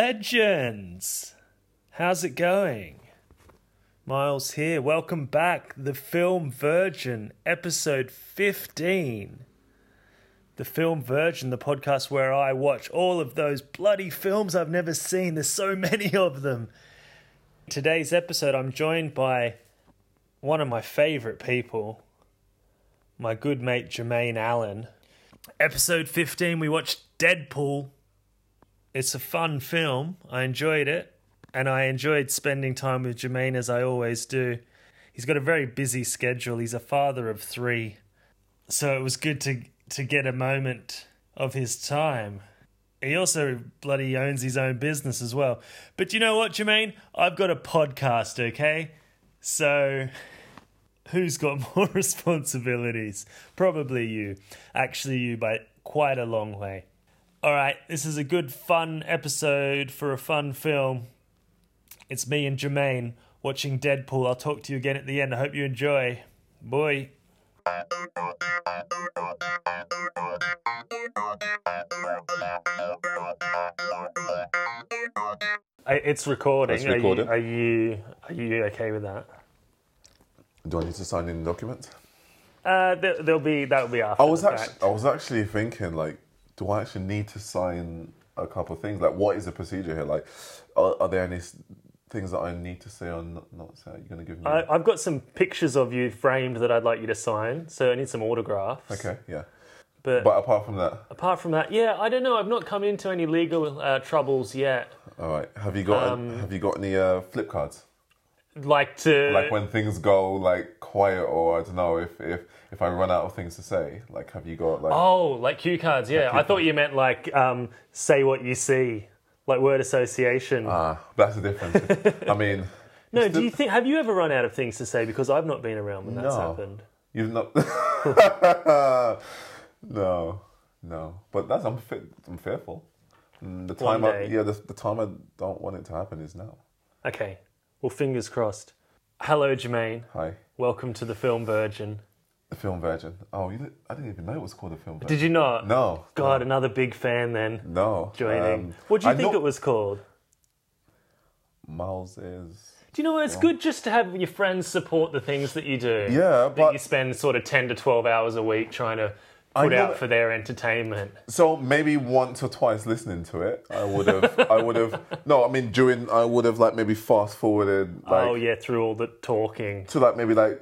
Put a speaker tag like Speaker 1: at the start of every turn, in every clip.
Speaker 1: Legends! How's it going? Miles here. Welcome back. The Film Virgin, episode 15. The Film Virgin, the podcast where I watch all of those bloody films I've never seen. There's so many of them. Today's episode, I'm joined by one of my favorite people, my good mate Jermaine Allen. Episode 15, we watched Deadpool it's a fun film. I enjoyed it, and I enjoyed spending time with Jermaine as I always do. He's got a very busy schedule. He's a father of three, so it was good to to get a moment of his time. He also bloody owns his own business as well. But you know what, Jermaine? I've got a podcast, okay? So who's got more responsibilities? Probably you. Actually, you by quite a long way. All right, this is a good, fun episode for a fun film. It's me and Jermaine watching Deadpool. I'll talk to you again at the end. I hope you enjoy. Boy. It's recording.
Speaker 2: It's recording.
Speaker 1: Are you, are you, are you okay with that?
Speaker 2: Do I need to sign in the document?
Speaker 1: Uh, there, there'll be that will be after.
Speaker 2: I was
Speaker 1: the
Speaker 2: actually,
Speaker 1: fact.
Speaker 2: I was actually thinking, like, do I actually need to sign a couple of things? Like, what is the procedure here? Like, are, are there any s- things that I need to say or not, not say? You're gonna give me?
Speaker 1: I, I've got some pictures of you framed that I'd like you to sign, so I need some autographs.
Speaker 2: okay, yeah.
Speaker 1: But-
Speaker 2: but apart from that,
Speaker 1: Apart from that, yeah, I don't know. I've not come into any legal uh, troubles yet.
Speaker 2: all right. Have you got
Speaker 1: um,
Speaker 2: Have you got any uh, flip cards?
Speaker 1: Like to
Speaker 2: Like when things go like quiet, or I don't know if if if I run out of things to say. Like, have you got like?
Speaker 1: oh, like cue cards. Yeah, I thought you meant like um, say what you see, like word association.
Speaker 2: Ah, that's the difference. I mean,
Speaker 1: no, do you think? Have you ever run out of things to say? Because I've not been around when that's
Speaker 2: No.
Speaker 1: happened.
Speaker 2: You've not. no, no. But that's I'm fe- I'm fearful. Mm, The
Speaker 1: One
Speaker 2: time, I,
Speaker 1: day.
Speaker 2: yeah, the, the time I don't want it to happen is now.
Speaker 1: Okay, well, fingers crossed. Hello, Jermaine.
Speaker 2: Hi,
Speaker 1: Welcome to the Film Virgin.
Speaker 2: the film virgin. Oh, you, didn't- I didn't even know it was called a film virgin.
Speaker 1: Did you not?
Speaker 2: No,
Speaker 1: God, another big fan then
Speaker 2: no.
Speaker 1: joining.
Speaker 2: Um,
Speaker 1: what do you
Speaker 2: I
Speaker 1: think
Speaker 2: know-
Speaker 1: it was called?
Speaker 2: Miles is.
Speaker 1: Do you know what? It's good just to have your friends support the things that you do.
Speaker 2: Yeah,
Speaker 1: that
Speaker 2: but-
Speaker 1: you spend sort of ten to twelve hours a week trying to
Speaker 2: I
Speaker 1: put
Speaker 2: know
Speaker 1: out
Speaker 2: that-
Speaker 1: for their entertainment.
Speaker 2: So maybe once or twice listening to it, I would have. I would have. No, I mean during. I would have like maybe fast forwarded. Like,
Speaker 1: oh yeah, through all the talking.
Speaker 2: to like maybe like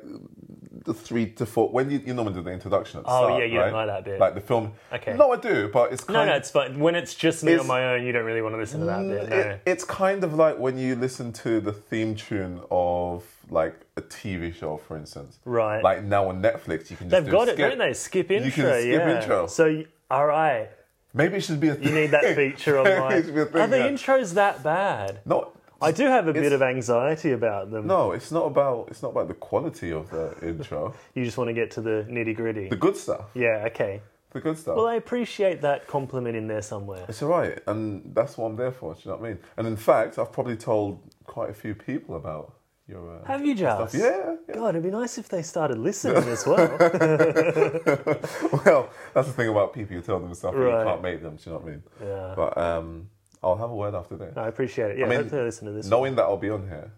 Speaker 2: the three to four when you, you normally do the introduction at the
Speaker 1: Oh,
Speaker 2: start,
Speaker 1: yeah, you don't
Speaker 2: right?
Speaker 1: like that bit.
Speaker 2: like the film
Speaker 1: Okay.
Speaker 2: no I do but it's
Speaker 1: No,
Speaker 2: kind
Speaker 1: no,
Speaker 2: of
Speaker 1: it's fine. When it's just me on
Speaker 2: It's- Mm,
Speaker 1: my own, you don't really want to listen to that bit. No.
Speaker 2: it, it's kind of like when you listen to the theme tune of like a TV show for instance
Speaker 1: Right.
Speaker 2: like now on Netflix you can just
Speaker 1: They've
Speaker 2: do
Speaker 1: got
Speaker 2: a
Speaker 1: it,
Speaker 2: skip.
Speaker 1: don't they? Skip
Speaker 2: You can
Speaker 1: intro.
Speaker 2: skip
Speaker 1: yeah.
Speaker 2: intro.
Speaker 1: So y- all right,
Speaker 2: maybe it should be a thing.
Speaker 1: you need that feature on my.
Speaker 2: It should be a thing,
Speaker 1: Are the
Speaker 2: yeah.
Speaker 1: intros that bad?
Speaker 2: no
Speaker 1: I do have a bit
Speaker 2: It's-
Speaker 1: of anxiety about them.
Speaker 2: no it's not about it's not about the quality of the intro
Speaker 1: You just want to get to the nitty gritty.
Speaker 2: the good stuff
Speaker 1: Yeah. Okay.
Speaker 2: the good stuff
Speaker 1: Well, uh, I appreciate that compliment in there somewhere.
Speaker 2: It's all right, and that's what I'm there for. Do you know what I mean? And in fact, I've probably told quite a few people about your. Uh,
Speaker 1: Have you, Giles?
Speaker 2: stuff. Yeah, yeah.
Speaker 1: God, it'd be nice if they started listening as well.
Speaker 2: Well, that's the thing about people. You tell them stuff, and
Speaker 1: Right.
Speaker 2: you can't make them. Do you know what I mean?
Speaker 1: Yeah.
Speaker 2: But um, I'll have a word after this.
Speaker 1: I appreciate it. Yeah,
Speaker 2: I mean,
Speaker 1: hopefully they listen to this. one.
Speaker 2: Knowing that I'll be on here,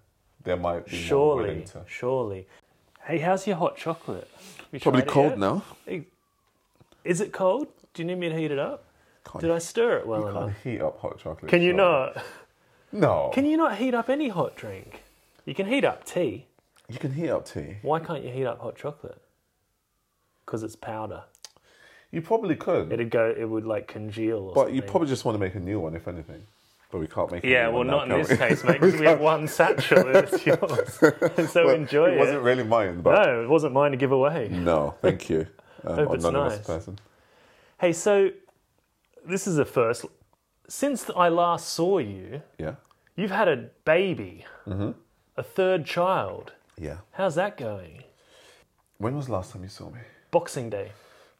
Speaker 2: there might be more
Speaker 1: surely,
Speaker 2: willing to.
Speaker 1: surely. Hey, how's your hot chocolate? Have you tried it yet?
Speaker 2: now.
Speaker 1: Hey, Is it cold? Do you need me to heat it up?
Speaker 2: Can't,
Speaker 1: Did I stir it well
Speaker 2: can't
Speaker 1: enough?
Speaker 2: heat up hot chocolate.
Speaker 1: Can you
Speaker 2: surely.
Speaker 1: not?
Speaker 2: No.
Speaker 1: Can you not heat up any hot drink? You can heat up tea.
Speaker 2: You can heat up tea.
Speaker 1: Why can't you heat up hot chocolate? Because it's powder.
Speaker 2: You probably could,
Speaker 1: It'd go. It would like congeal. Or
Speaker 2: but you
Speaker 1: something.
Speaker 2: probably just want to make a new one, if anything. But we can't make. a
Speaker 1: Yeah,
Speaker 2: new
Speaker 1: well,
Speaker 2: one now,
Speaker 1: not in
Speaker 2: can
Speaker 1: this
Speaker 2: we?
Speaker 1: case, mate. 'cause we have one satchel and it's yours, and so enjoy
Speaker 2: it
Speaker 1: it.
Speaker 2: wasn't really mine, but
Speaker 1: No, it wasn't mine to give away.
Speaker 2: No, thank you. Um,
Speaker 1: Hope it's
Speaker 2: anonymous
Speaker 1: nice.
Speaker 2: person.
Speaker 1: Hey, so this is the first. Since I last saw you,
Speaker 2: Yeah. Mm-hmm.
Speaker 1: you've had a baby, a third child.
Speaker 2: Yeah.
Speaker 1: How's that going?
Speaker 2: When was the last time you saw me?
Speaker 1: Boxing Day.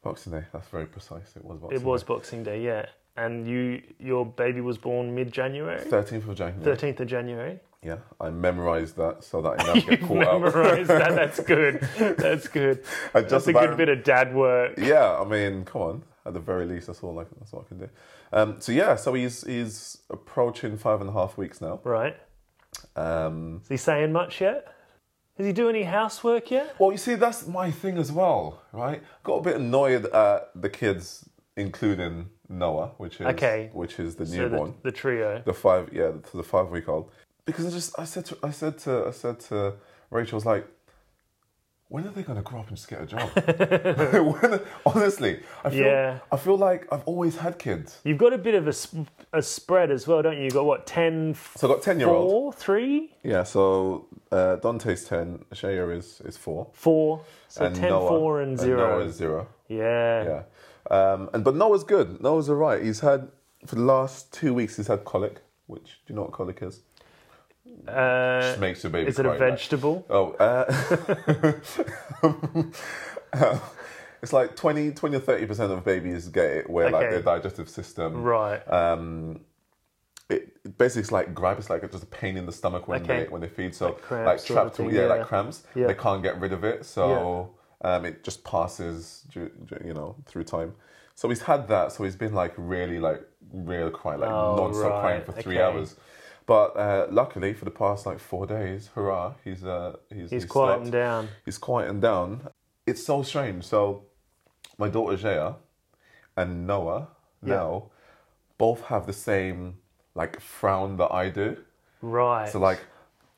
Speaker 2: Boxing Day. That's very precise. It was Boxing
Speaker 1: It was
Speaker 2: Day.
Speaker 1: Boxing Day, yeah. And you, your baby was born mid-January,
Speaker 2: 13th of January.
Speaker 1: thirteenth of January.
Speaker 2: Yeah. I memorised that so that I never get caught out.
Speaker 1: Memorize that. That's good. That's good.
Speaker 2: I just
Speaker 1: That's a
Speaker 2: about
Speaker 1: good bit of dad work.
Speaker 2: yeah, I mean, come on. At the very least, that's all I, that's all I can do. Um, so yeah, so he's he's approaching five and a half weeks now.
Speaker 1: Right.
Speaker 2: Um,
Speaker 1: Is he saying much yet? Does he do any housework yet?
Speaker 2: well, you see, that's my thing as well, right? Got a bit annoyed at the kids, including Noah, which is
Speaker 1: Okay.
Speaker 2: which is the
Speaker 1: So
Speaker 2: newborn,
Speaker 1: The, the trio.
Speaker 2: the, five yeah, to the five week old. Because I just I said to I said to I said to Rachel, I was like, when are they going to grow up and just get a job? when, honestly, I feel
Speaker 1: Yeah.
Speaker 2: I feel like I've always had kids.
Speaker 1: You've got a bit of a, sp- a spread as well, don't you? You've got what, 10,
Speaker 2: So I got ten year old.
Speaker 1: 4, 3,
Speaker 2: Yeah, so uh, Dante's ten, Shaya is is four,
Speaker 1: 4. So
Speaker 2: and
Speaker 1: 10,
Speaker 2: Noah,
Speaker 1: 4, and 0.
Speaker 2: Noah is zero.
Speaker 1: yeah.
Speaker 2: Yeah, um, and but Noah's good. Noah's alright. He's had for the last two weeks. He's had colic, which do you know what colic is?
Speaker 1: Uh,
Speaker 2: Just makes your baby.
Speaker 1: is it a
Speaker 2: cry, right?
Speaker 1: vegetable?
Speaker 2: Oh, uh, it's like 20, 20 or thirty percent of babies get it where like
Speaker 1: Okay.
Speaker 2: their digestive system.
Speaker 1: Right.
Speaker 2: Um, it it basically it's like grab. It's like it's just a pain in the stomach when
Speaker 1: Okay.
Speaker 2: they when they feed. So like,
Speaker 1: cramps sort of
Speaker 2: trapped,
Speaker 1: thing,
Speaker 2: yeah,
Speaker 1: yeah.
Speaker 2: like cramps.
Speaker 1: Yeah.
Speaker 2: They can't get rid of it, so um, it just passes, du- du- you know, through time. So he's had that. So he's been like really like real crying, like
Speaker 1: Oh,
Speaker 2: non-stop crying
Speaker 1: right,
Speaker 2: for three
Speaker 1: okay.
Speaker 2: hours. But uh, luckily, for the past like four days, hurrah, he's uh, he's,
Speaker 1: He's quieting
Speaker 2: stopped.
Speaker 1: down.
Speaker 2: He's quieting down. It's so strange. So my daughter Jaya and Noah now both have the same like frown that I do.
Speaker 1: Right.
Speaker 2: So like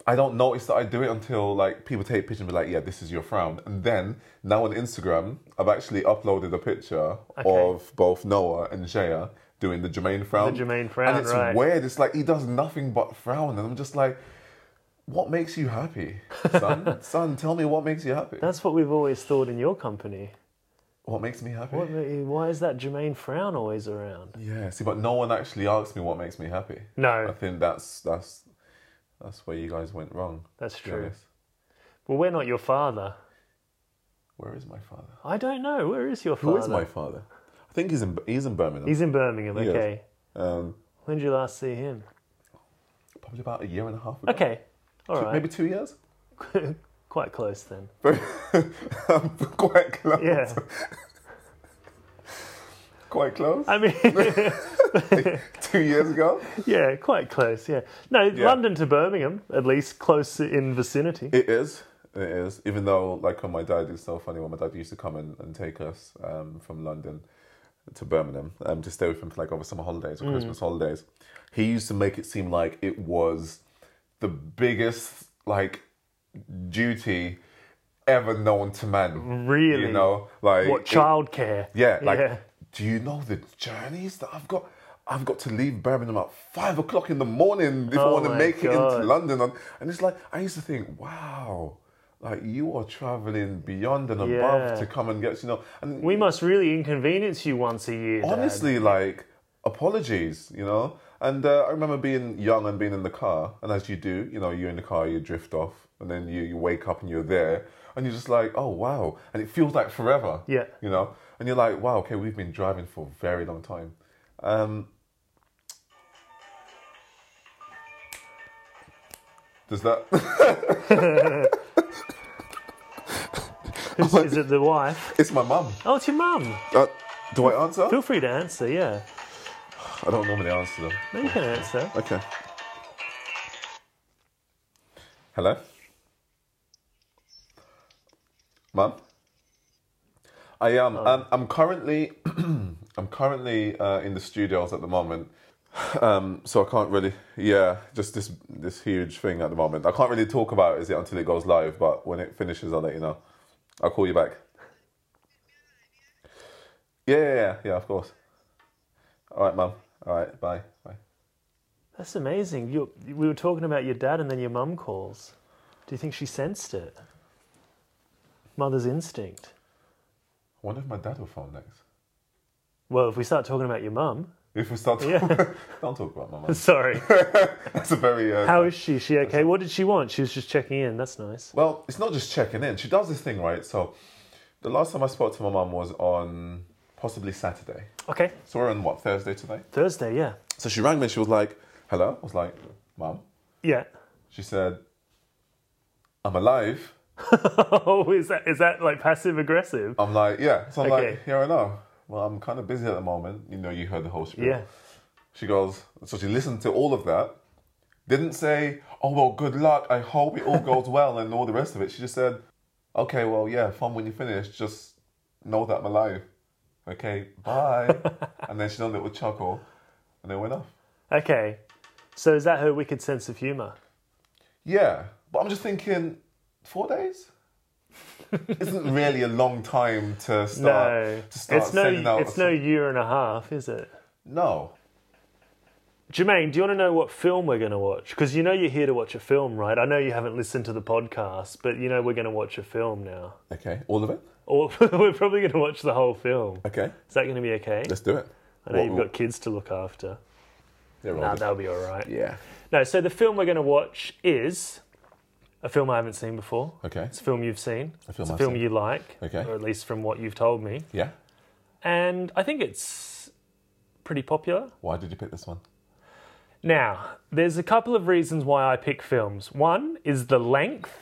Speaker 2: I don't notice that I do it until like people take pictures and be like, yeah, this is your frown. And then now on Instagram, I've actually uploaded a picture
Speaker 1: Okay.
Speaker 2: of both Noah and Jaya doing the Jermaine frown.
Speaker 1: The Jermaine frown,
Speaker 2: And it's
Speaker 1: right.
Speaker 2: weird. It's like he does nothing but frown, and I'm just like, what makes you happy, son? son, tell me what makes you happy.
Speaker 1: That's what we've always thought in your company.
Speaker 2: What makes me happy?
Speaker 1: What, why is that Jermaine frown always around?
Speaker 2: Yeah, see, but no one actually asked me what makes me happy. I
Speaker 1: No,
Speaker 2: think that's that's that's where you guys went wrong.
Speaker 1: that's
Speaker 2: to be
Speaker 1: true.
Speaker 2: honest.
Speaker 1: Well, we're not your father.
Speaker 2: Where is my father?
Speaker 1: I don't know. Where is your father?
Speaker 2: Who is my father? I think he's in he's in Birmingham.
Speaker 1: He's in Birmingham.
Speaker 2: He is.
Speaker 1: Okay.
Speaker 2: um,
Speaker 1: When did you last see him?
Speaker 2: probably about a year and a half ago.
Speaker 1: Okay. All
Speaker 2: Two-
Speaker 1: right.
Speaker 2: Maybe two years.
Speaker 1: Quite close then.
Speaker 2: Quite close.
Speaker 1: Yeah.
Speaker 2: Quite close.
Speaker 1: I mean,
Speaker 2: two years ago.
Speaker 1: yeah, quite close. Yeah. No, London to Birmingham, at least close in vicinity.
Speaker 2: It is. It is. Even though, like, when my dad it's so funny, when my dad used to come and, and take us um, from London to Birmingham um, to stay with him for like over summer holidays or
Speaker 1: Mm.
Speaker 2: Christmas holidays, he used to make it seem like it was the biggest like duty ever known to man.
Speaker 1: really.
Speaker 2: You know, like
Speaker 1: what
Speaker 2: it-
Speaker 1: childcare?
Speaker 2: yeah, like,
Speaker 1: yeah.
Speaker 2: do you know the journeys that I've got? I've got to leave Birmingham at five o'clock in the morning if
Speaker 1: Oh
Speaker 2: I want to
Speaker 1: my
Speaker 2: make it
Speaker 1: God.
Speaker 2: into London. And- And it's like, I used to think, wow, like you are traveling beyond and
Speaker 1: Yeah.
Speaker 2: above to come and get, you know. And
Speaker 1: We must really inconvenience you once a year. Dad.
Speaker 2: honestly, like, apologies, you know. And uh, I remember being young and being in the car, and as you do, you know, you're in the car, you drift off, and then you, you wake up and you're there, and you're just like, oh wow, and it feels like forever.
Speaker 1: Yeah.
Speaker 2: You know, and you're like, wow, okay, we've been driving for a very long time. Um, does that?
Speaker 1: Who's- is it the wife?
Speaker 2: it's my mum.
Speaker 1: Oh, it's your mum.
Speaker 2: Uh, do I answer?
Speaker 1: Feel free to answer. Yeah.
Speaker 2: I don't normally answer them.
Speaker 1: No, you can answer.
Speaker 2: Okay. Hello? Mum? I am. Um, I'm currently, I'm currently uh, in the studios at the moment, um, so I can't really. Yeah, just this this huge thing at the moment. I can't really talk about it, is it until it goes live. But when it finishes, I'll let you know. I'll call you back. Yeah, yeah, yeah, yeah. Of course. All right, mum. All right, bye, bye.
Speaker 1: That's amazing. You, we were talking about your dad, and then your mum calls. Do you think she sensed it? Mother's instinct.
Speaker 2: I wonder if my dad will phone next.
Speaker 1: Well, if we start talking about your mum,
Speaker 2: If we start, to,
Speaker 1: Yeah.
Speaker 2: don't talk about my mum.
Speaker 1: Sorry.
Speaker 2: That's a very uh,
Speaker 1: How is she? She okay? What did she want? She was just checking in. That's nice.
Speaker 2: Well, it's not just checking in. She does this thing, right? So the last time I spoke to my mum was on possibly Saturday.
Speaker 1: Okay.
Speaker 2: So we're on what, Thursday today?
Speaker 1: Thursday, yeah.
Speaker 2: So she rang me and she was like, hello? I was like, mum.
Speaker 1: Yeah.
Speaker 2: She said, I'm alive.
Speaker 1: Oh, is that is that like passive aggressive?
Speaker 2: I'm like, yeah. So I'm
Speaker 1: Okay.
Speaker 2: like, here I know. Well, I'm kind of busy at the moment. You know, you heard the whole spiel.
Speaker 1: Yeah.
Speaker 2: She goes, so she listened to all of that. Didn't say, oh, well, good luck. I hope it all goes well and all the rest of it. She just said, okay, well, yeah, fun when you finish. Just know that I'm alive. Okay, bye. and then she done a little chuckle and then went off.
Speaker 1: Okay. So is that her wicked sense of humor?
Speaker 2: Yeah, but I'm just thinking, four days? Isn't really a long time to start.
Speaker 1: No.
Speaker 2: to start
Speaker 1: it's no
Speaker 2: sending out
Speaker 1: it's no year and a half, is it?
Speaker 2: No.
Speaker 1: Jermaine, do you want to know what film we're going to watch? Because you know you're here to watch a film, right? I know you haven't listened to the podcast, but you know we're going to watch a film now.
Speaker 2: Okay, all of it?
Speaker 1: Or we're probably going to watch the whole film.
Speaker 2: Okay,
Speaker 1: Is that going to be okay?
Speaker 2: let's do it.
Speaker 1: I know
Speaker 2: What-
Speaker 1: you've got kids to look after.
Speaker 2: they're
Speaker 1: Nah,
Speaker 2: older.
Speaker 1: that'll be all right.
Speaker 2: Yeah.
Speaker 1: No, so the film we're going to watch is a film I haven't seen before.
Speaker 2: Okay.
Speaker 1: It's a film you've seen.
Speaker 2: A film
Speaker 1: it's a
Speaker 2: I've
Speaker 1: film
Speaker 2: seen.
Speaker 1: you like,
Speaker 2: Okay.
Speaker 1: or at least from what you've told me.
Speaker 2: Yeah.
Speaker 1: And I think it's pretty popular.
Speaker 2: Why did you pick this one?
Speaker 1: Now, there's a couple of reasons why I pick films. One is the length.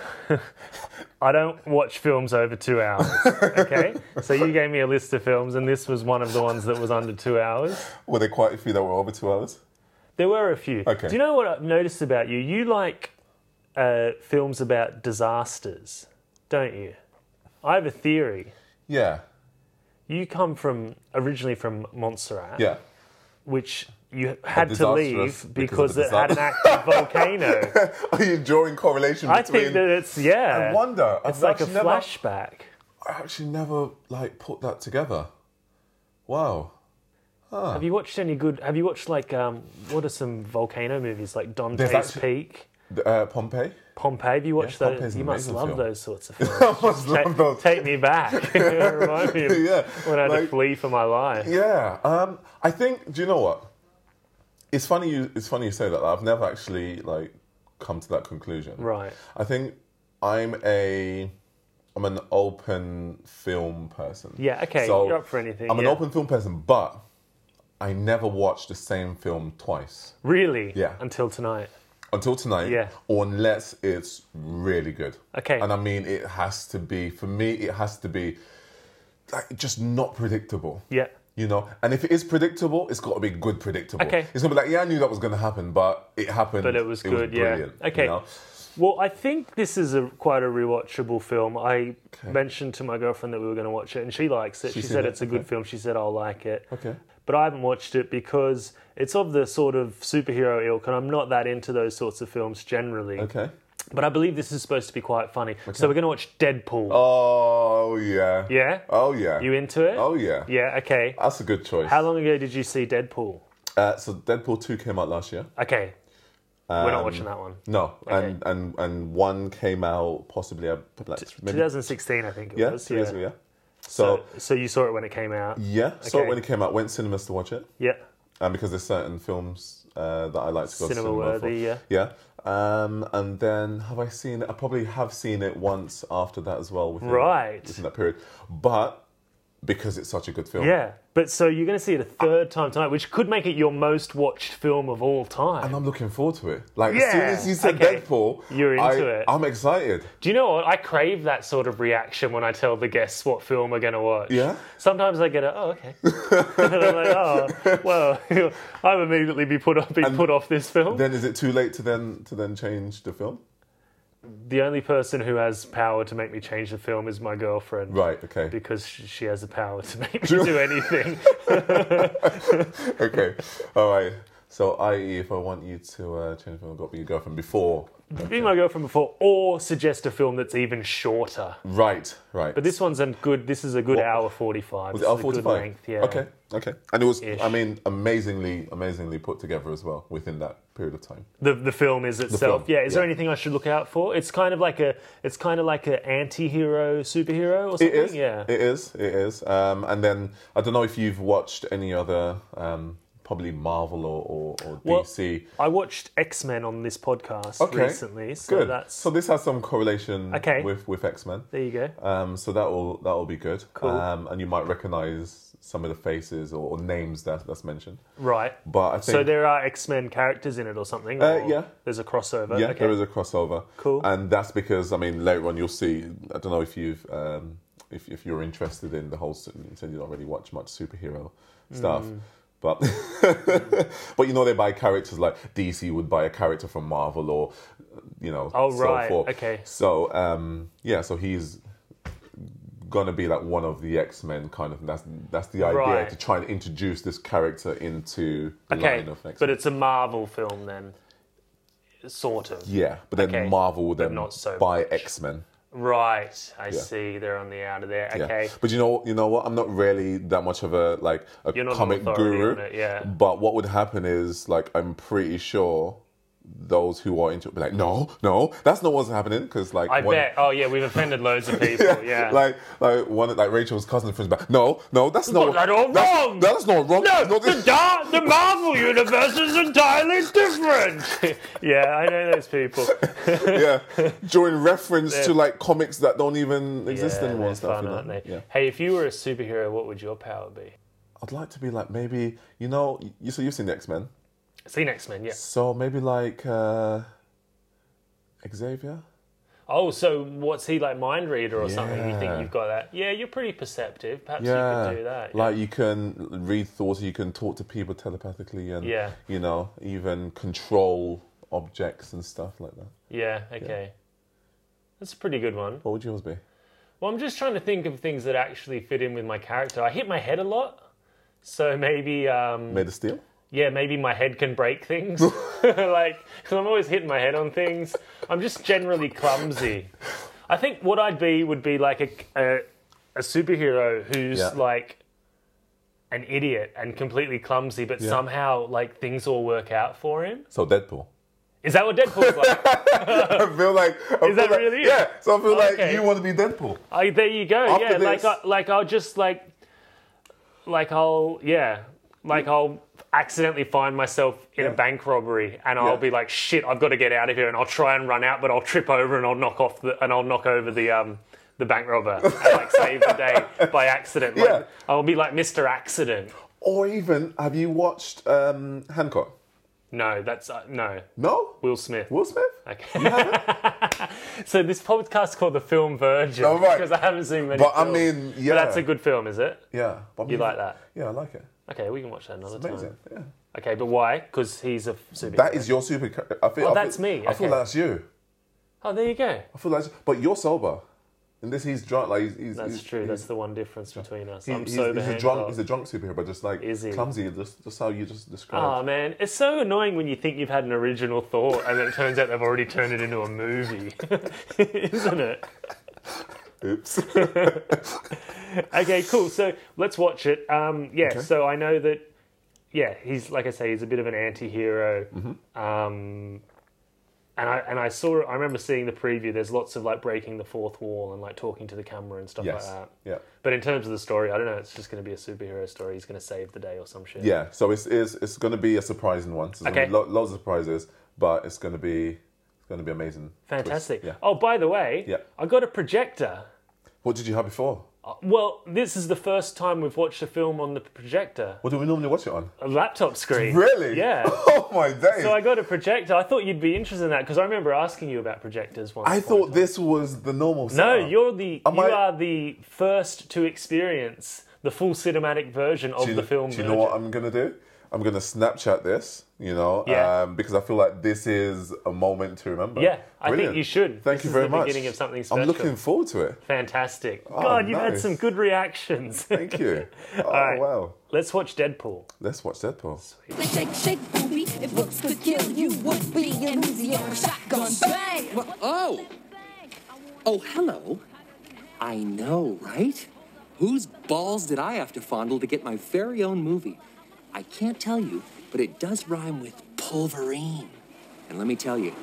Speaker 1: I don't watch films over two hours. Okay, so you gave me a list of films, and this was one of the ones that was under two hours.
Speaker 2: Were there quite a few that were over two hours?
Speaker 1: There were a few.
Speaker 2: Okay.
Speaker 1: Do you know what I've noticed about you? You like uh, films about disasters, don't you? I have a theory.
Speaker 2: Yeah.
Speaker 1: You come from originally from Montserrat,
Speaker 2: Yeah.
Speaker 1: which you had to
Speaker 2: disastrous
Speaker 1: leave
Speaker 2: because
Speaker 1: because
Speaker 2: of the
Speaker 1: it had an active volcano.
Speaker 2: Are you drawing correlation between?
Speaker 1: I think that it's yeah.
Speaker 2: I wonder.
Speaker 1: it's
Speaker 2: I've
Speaker 1: like a
Speaker 2: actually never,
Speaker 1: flashback.
Speaker 2: I actually never like put that together. Wow.
Speaker 1: Have you watched any good? Have you watched like um, what are some volcano movies like Dante's
Speaker 2: actually-
Speaker 1: Peak,
Speaker 2: The, Uh, Pompeii.
Speaker 1: Pompeii? Have you watched
Speaker 2: Yeah,
Speaker 1: those?
Speaker 2: Pompeii's
Speaker 1: You
Speaker 2: an
Speaker 1: must
Speaker 2: amazing
Speaker 1: love
Speaker 2: film.
Speaker 1: those sorts of films.
Speaker 2: I must
Speaker 1: Ta-
Speaker 2: love those.
Speaker 1: Take me back. Remind me of
Speaker 2: Yeah.
Speaker 1: when I had to
Speaker 2: like-
Speaker 1: flee for my life.
Speaker 2: Yeah, um, I think. Do you know what? It's funny. You, it's funny you say that. I've never actually like come to that conclusion.
Speaker 1: Right.
Speaker 2: I think I'm a I'm an open film person.
Speaker 1: Yeah, okay, you're up for anything,
Speaker 2: I'm an
Speaker 1: yeah.
Speaker 2: open film person, but I never watch the same film twice
Speaker 1: Really?
Speaker 2: Yeah.
Speaker 1: Until tonight.
Speaker 2: until tonight.
Speaker 1: Yeah.
Speaker 2: Or unless it's really good.
Speaker 1: Okay.
Speaker 2: And I mean, it has to be for me. It has to be like just not predictable.
Speaker 1: Yeah.
Speaker 2: You know, and if it is predictable, it's got to be good predictable.
Speaker 1: Okay.
Speaker 2: It's gonna be like, yeah, I knew that was gonna happen, but it happened.
Speaker 1: But it was good, yeah.
Speaker 2: brilliant,
Speaker 1: Okay.
Speaker 2: You know?
Speaker 1: Well, I think this is a quite a rewatchable film. I mentioned to my girlfriend that we were going to watch it, and she likes it. She,
Speaker 2: She's
Speaker 1: said
Speaker 2: seen it,
Speaker 1: it's a good
Speaker 2: okay.
Speaker 1: film. She said I'll like it.
Speaker 2: Okay.
Speaker 1: But I haven't watched it because it's of the sort of superhero ilk, and I'm not that into those sorts of films generally.
Speaker 2: Okay.
Speaker 1: But I believe this is supposed to be quite funny. So we're going to watch Deadpool.
Speaker 2: Oh yeah.
Speaker 1: Yeah?
Speaker 2: Oh yeah.
Speaker 1: You into it?
Speaker 2: Oh yeah.
Speaker 1: Yeah, okay.
Speaker 2: That's a good choice.
Speaker 1: How long ago did you see Deadpool?
Speaker 2: Uh, so Deadpool two came out last year.
Speaker 1: Okay. We're
Speaker 2: Um,
Speaker 1: not watching that one.
Speaker 2: No, and and and one came out possibly uh, like maybe
Speaker 1: 2016, I think it
Speaker 2: yeah,
Speaker 1: was.
Speaker 2: two years ago, yeah. So,
Speaker 1: So you saw it when it came out.
Speaker 2: yeah, saw
Speaker 1: okay.
Speaker 2: it when it came out. Went to cinemas to watch it.
Speaker 1: Yeah.
Speaker 2: um, because there's certain films uh, that I like to go to cinema
Speaker 1: Cinema-worthy,
Speaker 2: for.
Speaker 1: yeah.
Speaker 2: yeah. Um, and then have I seen? it? I probably have seen it once after that as well. Within,
Speaker 1: Right.
Speaker 2: Within that period, but because it's such a good film,
Speaker 1: Yeah. But so you're going to see it a third time tonight, which could make it your most watched film of all
Speaker 2: And
Speaker 1: time.
Speaker 2: I'm looking forward to it. Like as soon
Speaker 1: Yeah,
Speaker 2: as you said
Speaker 1: okay.
Speaker 2: Deadpool,
Speaker 1: You're
Speaker 2: I,
Speaker 1: into it.
Speaker 2: I'm excited.
Speaker 1: Do you know what? I crave that sort of reaction when I tell the guests what film we're going to watch.
Speaker 2: Yeah?
Speaker 1: Sometimes I get a, oh, okay. and I'm like, oh, well, I'll immediately be put off, be put off this film.
Speaker 2: Then is it too late to then to then change the film?
Speaker 1: the only person who has power to make me change the film is my girlfriend.
Speaker 2: Right. Okay.
Speaker 1: Because sh- she has the power to make me do anything.
Speaker 2: okay. All right. So, i.e., if I want you to uh, change the film, I've got to be your girlfriend before
Speaker 1: Be My Girlfriend Before, or suggest a film that's even shorter.
Speaker 2: Right, right.
Speaker 1: But this one's a good. This is a good hour forty-five.
Speaker 2: was
Speaker 1: This
Speaker 2: it
Speaker 1: is a
Speaker 2: R
Speaker 1: good
Speaker 2: forty five?
Speaker 1: length, yeah.
Speaker 2: Okay, okay. And it was,
Speaker 1: Ish.
Speaker 2: I mean, amazingly, amazingly put together as well within that period of time.
Speaker 1: the the film is itself.
Speaker 2: film,
Speaker 1: Yeah, is there
Speaker 2: yeah.
Speaker 1: anything I should look out for? It's kind of like a it's kind of like a anti-hero superhero or something.
Speaker 2: It is.
Speaker 1: Yeah.
Speaker 2: It is. It is. Um, and then I don't know if you've watched any other, um, probably Marvel or, or, or
Speaker 1: Well,
Speaker 2: DC.
Speaker 1: I watched X Men on this podcast recently, so
Speaker 2: good.
Speaker 1: that's
Speaker 2: So this has some correlation
Speaker 1: Okay.
Speaker 2: with with X Men.
Speaker 1: there you go.
Speaker 2: Um, so that will that will be good.
Speaker 1: Cool.
Speaker 2: Um, and you might recognize some of the faces or, or names that that's mentioned.
Speaker 1: Right.
Speaker 2: But I think
Speaker 1: So there are X Men characters in it or something.
Speaker 2: Uh,
Speaker 1: or
Speaker 2: yeah.
Speaker 1: There's a crossover.
Speaker 2: yeah,
Speaker 1: okay.
Speaker 2: there is a crossover.
Speaker 1: Cool.
Speaker 2: And that's because I mean later on you'll see. I don't know if you've um, if if you're interested in the whole. s- You said you don't really watch much superhero stuff.
Speaker 1: Hmm.
Speaker 2: But but you know they buy characters like DC would buy a character from Marvel or you know
Speaker 1: Oh,
Speaker 2: so
Speaker 1: right,
Speaker 2: forth.
Speaker 1: okay.
Speaker 2: so um yeah so he's gonna be like one of the X Men kind of that's that's the idea
Speaker 1: Right.
Speaker 2: to try and introduce this character into the
Speaker 1: okay.
Speaker 2: line of X Men
Speaker 1: But it's a Marvel film then, sort of.
Speaker 2: yeah but then
Speaker 1: Okay,
Speaker 2: Marvel would then
Speaker 1: not so
Speaker 2: buy
Speaker 1: much.
Speaker 2: X Men
Speaker 1: Right. I see. They're on the out of there.
Speaker 2: Yeah.
Speaker 1: Okay.
Speaker 2: But you know, you know what? I'm not really that much of a like a
Speaker 1: You're not an
Speaker 2: comic
Speaker 1: authority
Speaker 2: guru.
Speaker 1: on it, yeah.
Speaker 2: But what would happen is like I'm pretty sure those who are into it be like, no, no, that's not what's happening because like
Speaker 1: I
Speaker 2: one-
Speaker 1: bet. Oh yeah, we've offended loads of people. yeah.
Speaker 2: Like, like one, like Rachel's cousin, friends, back. No, no, that's not.
Speaker 1: not at all
Speaker 2: that's,
Speaker 1: wrong.
Speaker 2: That's not wrong.
Speaker 1: No,
Speaker 2: It's not
Speaker 1: the, Dar- the Marvel universe is entirely different. yeah, I know those people.
Speaker 2: yeah, during reference to like comics that don't even exist
Speaker 1: yeah,
Speaker 2: anymore
Speaker 1: they're
Speaker 2: and stuff.
Speaker 1: fun,
Speaker 2: you know?
Speaker 1: aren't they?
Speaker 2: Yeah.
Speaker 1: Hey, if you were a superhero, what would your power be?
Speaker 2: I'd like to be like maybe you know you so you've seen X Men,
Speaker 1: See next man. Yeah.
Speaker 2: so maybe like uh Xavier.
Speaker 1: Oh, so what's he like? Mind reader or something? You think
Speaker 2: Yeah.
Speaker 1: you've got that? Yeah, you're pretty perceptive. Perhaps you could do that.
Speaker 2: Like you can read thoughts, you can talk to people telepathically, and
Speaker 1: Yeah.
Speaker 2: you know even control objects and stuff like that.
Speaker 1: yeah. Okay. That's a pretty good one.
Speaker 2: What would yours be?
Speaker 1: Well, I'm just trying to think of things that actually fit in with my character. I hit my head a lot. So maybe um,
Speaker 2: Made of steel.
Speaker 1: yeah, maybe my head can break things. like, because I'm always hitting my head on things. I'm just generally clumsy. I think what I'd be would be like a, a, a superhero who's
Speaker 2: Yeah.
Speaker 1: like an idiot and completely clumsy, but somehow like things all work out for him.
Speaker 2: So Deadpool.
Speaker 1: Is that what Deadpool's like?
Speaker 2: I feel like I feel
Speaker 1: that
Speaker 2: like-
Speaker 1: really it?
Speaker 2: Yeah. So I feel like
Speaker 1: Okay.
Speaker 2: you want to be Deadpool.
Speaker 1: I, Oh, there you go.
Speaker 2: After
Speaker 1: yeah, like
Speaker 2: this-
Speaker 1: I, like I'll just like like I'll yeah like I'll accidentally find myself in a
Speaker 2: Yeah.
Speaker 1: bank robbery and I'll
Speaker 2: Yeah.
Speaker 1: be like shit I've got to get out of here and I'll try and run out but I'll trip over and I'll knock off the and I'll knock over the um the bank robber and like save the day by accident. Like,
Speaker 2: Yeah.
Speaker 1: I'll be like Mr. Accident.
Speaker 2: Or even have you watched um, Hancock?
Speaker 1: No, that's uh, no
Speaker 2: No.
Speaker 1: Will Smith.
Speaker 2: Will Smith.
Speaker 1: Okay. so this podcast's called The Film Virgin
Speaker 2: Oh, right.
Speaker 1: because I haven't seen many.
Speaker 2: But I
Speaker 1: films.
Speaker 2: mean, yeah.
Speaker 1: But that's a good film, is it?
Speaker 2: Yeah. But
Speaker 1: You like that?
Speaker 2: Yeah, I like it.
Speaker 1: Okay, we can watch that another
Speaker 2: Amazing.
Speaker 1: time.
Speaker 2: Yeah.
Speaker 1: Okay, but why? Because he's a super.
Speaker 2: That is your super. I feel, I
Speaker 1: that's
Speaker 2: feel-
Speaker 1: me,
Speaker 2: I feel
Speaker 1: okay.
Speaker 2: that's you.
Speaker 1: oh, there you go.
Speaker 2: I feel like, but you're sober. In this, he's drunk. Like he's, he's,
Speaker 1: That's
Speaker 2: he's-
Speaker 1: true.
Speaker 2: he's-
Speaker 1: That's the one difference between us.
Speaker 2: he-
Speaker 1: I'm
Speaker 2: he's,
Speaker 1: sober.
Speaker 2: he's a drunk. He's a drunk superhero, but just like
Speaker 1: Is he?
Speaker 2: clumsy. Just, just how you just described.
Speaker 1: Oh man, it's so annoying when you think you've had an original thought and then it turns out they've already turned it into a movie, isn't it?
Speaker 2: Oops.
Speaker 1: Okay, cool. So let's watch it. Um, yeah.
Speaker 2: Okay.
Speaker 1: So I know that. Yeah, he's like I say, he's a bit of an anti-hero.
Speaker 2: Mm-hmm.
Speaker 1: Um, and I and I saw. I remember seeing the preview. There's lots of like breaking the fourth wall and like talking to the camera and stuff
Speaker 2: yes.
Speaker 1: like that.
Speaker 2: Yeah.
Speaker 1: But in terms of the story, I don't know. It's just going to be a superhero story. He's going to save the day or some shit.
Speaker 2: Yeah. So it's it's, it's going to be a surprising one. So there's
Speaker 1: Okay.
Speaker 2: gonna be lo- loads of surprises, but it's going to be it's going to be amazing. twist.
Speaker 1: Fantastic.
Speaker 2: Yeah.
Speaker 1: Oh, by the way,
Speaker 2: Yeah.
Speaker 1: I got a projector.
Speaker 2: What did you have before?
Speaker 1: Uh, Well, this is the first time we've watched a film on the projector,
Speaker 2: What do we normally watch it on?
Speaker 1: a laptop screen.
Speaker 2: Really?
Speaker 1: Yeah.
Speaker 2: Oh my days.
Speaker 1: So I got a projector. I thought you'd be interested in that because I remember asking you about projectors once.
Speaker 2: I
Speaker 1: upon a
Speaker 2: thought
Speaker 1: time.
Speaker 2: this was the normal.
Speaker 1: No,
Speaker 2: setup.
Speaker 1: you're the
Speaker 2: Am
Speaker 1: you
Speaker 2: I-
Speaker 1: are the first to experience the full cinematic version of
Speaker 2: Do you
Speaker 1: the
Speaker 2: kn-
Speaker 1: film.
Speaker 2: Do you know what I'm going to do? I'm gonna Snapchat this, you know,
Speaker 1: Yeah.
Speaker 2: um, because I feel like this is a moment to remember.
Speaker 1: Yeah, I think
Speaker 2: Brilliant.
Speaker 1: you should.
Speaker 2: Thank
Speaker 1: This
Speaker 2: you
Speaker 1: is
Speaker 2: very
Speaker 1: the
Speaker 2: much.
Speaker 1: beginning of something
Speaker 2: I'm
Speaker 1: special.
Speaker 2: looking forward to it.
Speaker 1: Fantastic. God, you've had
Speaker 2: Oh, nice.
Speaker 1: some good reactions.
Speaker 2: Thank you. oh
Speaker 1: right.
Speaker 2: wow,
Speaker 1: Let's watch Deadpool.
Speaker 2: let's watch Deadpool.
Speaker 3: Shake, shake, shake, booty. If books could kill, you would be an easier shotgun. Bang!
Speaker 4: Well, oh, oh, hello. I know, right? Whose balls did I have to fondle to get my very own movie? I can't tell you, but it does rhyme with Pulverine. And let me tell you,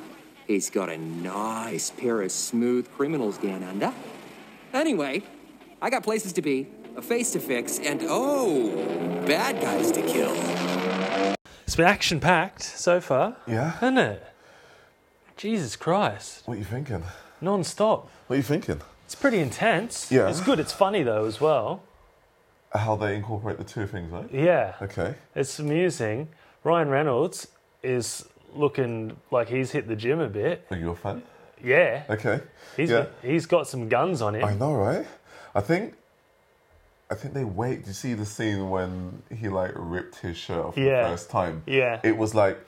Speaker 4: he's got a nice pair of smooth criminals down under. Anyway, I got places to be, a face to fix, and oh, bad guys to kill.
Speaker 1: It's been action packed so far.
Speaker 2: Yeah.
Speaker 1: Isn't it? Jesus Christ.
Speaker 2: What are you thinking?
Speaker 1: Non stop.
Speaker 2: What are you thinking?
Speaker 1: It's pretty intense.
Speaker 2: Yeah.
Speaker 1: It's good. It's funny though as well.
Speaker 2: How they incorporate the two things, right?
Speaker 1: Yeah.
Speaker 2: Okay.
Speaker 1: It's amusing. Ryan Reynolds is looking like he's hit the gym a bit.
Speaker 2: Are you a fan?
Speaker 1: Yeah.
Speaker 2: Okay.
Speaker 1: He's,
Speaker 2: yeah.
Speaker 1: he's got some guns on him.
Speaker 2: I know, right? I think. I think they wait. Did you see the scene when he like ripped his shirt off
Speaker 1: Yeah.
Speaker 2: the first time?
Speaker 1: Yeah.
Speaker 2: It was like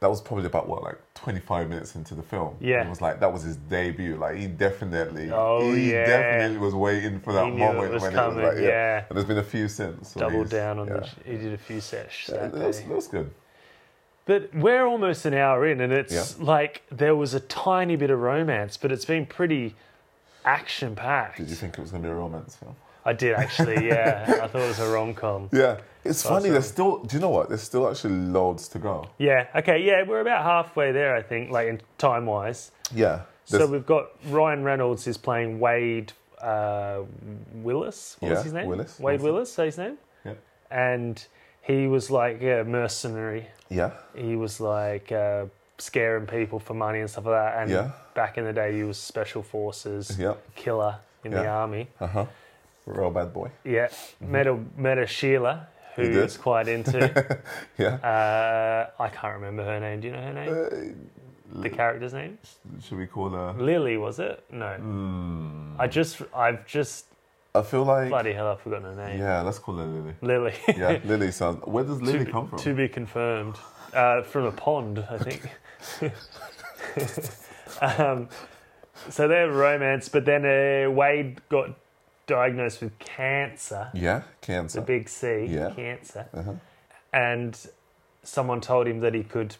Speaker 2: that was probably about what like twenty five minutes into the film.
Speaker 1: Yeah.
Speaker 2: It was like that was his debut. Like he definitely.
Speaker 1: Oh,
Speaker 2: He
Speaker 1: yeah.
Speaker 2: definitely was waiting for that
Speaker 1: He knew it
Speaker 2: moment
Speaker 1: was
Speaker 2: when
Speaker 1: coming,
Speaker 2: it was like
Speaker 1: yeah.
Speaker 2: And there's been a few since. so
Speaker 1: Doubled
Speaker 2: he's-
Speaker 1: down on
Speaker 2: yeah.
Speaker 1: the the. He did a few sesh
Speaker 2: Yeah,
Speaker 1: that
Speaker 2: that, was,
Speaker 1: day.
Speaker 2: that was good.
Speaker 1: But we're almost an hour in, and it's
Speaker 2: Yeah.
Speaker 1: like there was a tiny bit of romance, but it's been pretty action packed.
Speaker 2: Did you think it was gonna be a romance film?
Speaker 1: I did actually, yeah. I thought it was a rom com.
Speaker 2: Yeah. It's funny. There's still. Do you know what? There's still actually loads to go.
Speaker 1: Yeah, okay, yeah, we're about halfway there, I think, like in time wise.
Speaker 2: Yeah.
Speaker 1: So
Speaker 2: There's-
Speaker 1: we've got Ryan Reynolds is playing Wade uh, Willis. What was
Speaker 2: Yeah,
Speaker 1: his name?
Speaker 2: Willis.
Speaker 1: Wade
Speaker 2: Wilson.
Speaker 1: Willis, is that his name?
Speaker 2: yeah.
Speaker 1: And he was like a mercenary.
Speaker 2: Yeah.
Speaker 1: He was like uh, scaring people for money and stuff like that. And
Speaker 2: Yeah.
Speaker 1: back in the day, he was special forces
Speaker 2: Yep.
Speaker 1: killer in the
Speaker 2: Yeah.
Speaker 1: army.
Speaker 2: Real bad boy.
Speaker 1: Yeah, met a met a Sheila who
Speaker 2: You did?
Speaker 1: is quite into.
Speaker 2: Yeah.
Speaker 1: uh, I can't remember her name. Do you know her name?
Speaker 2: Uh,
Speaker 1: the character's name?
Speaker 2: Should we call her?
Speaker 1: Lily was it? No.
Speaker 2: Hmm.
Speaker 1: I just I've just
Speaker 2: I feel like.
Speaker 1: bloody hell I've forgotten her name.
Speaker 2: Yeah, let's call her Lily.
Speaker 1: Lily.
Speaker 2: Yeah, Lily sounds. Where does Lily come from?
Speaker 1: to be confirmed. Uh, from a pond, I think. um, so they're romance, but then uh, Wade got diagnosed with cancer.
Speaker 2: Yeah, cancer.
Speaker 1: the big C,
Speaker 2: Yeah. Uh-huh.
Speaker 1: cancer. And someone told him that he could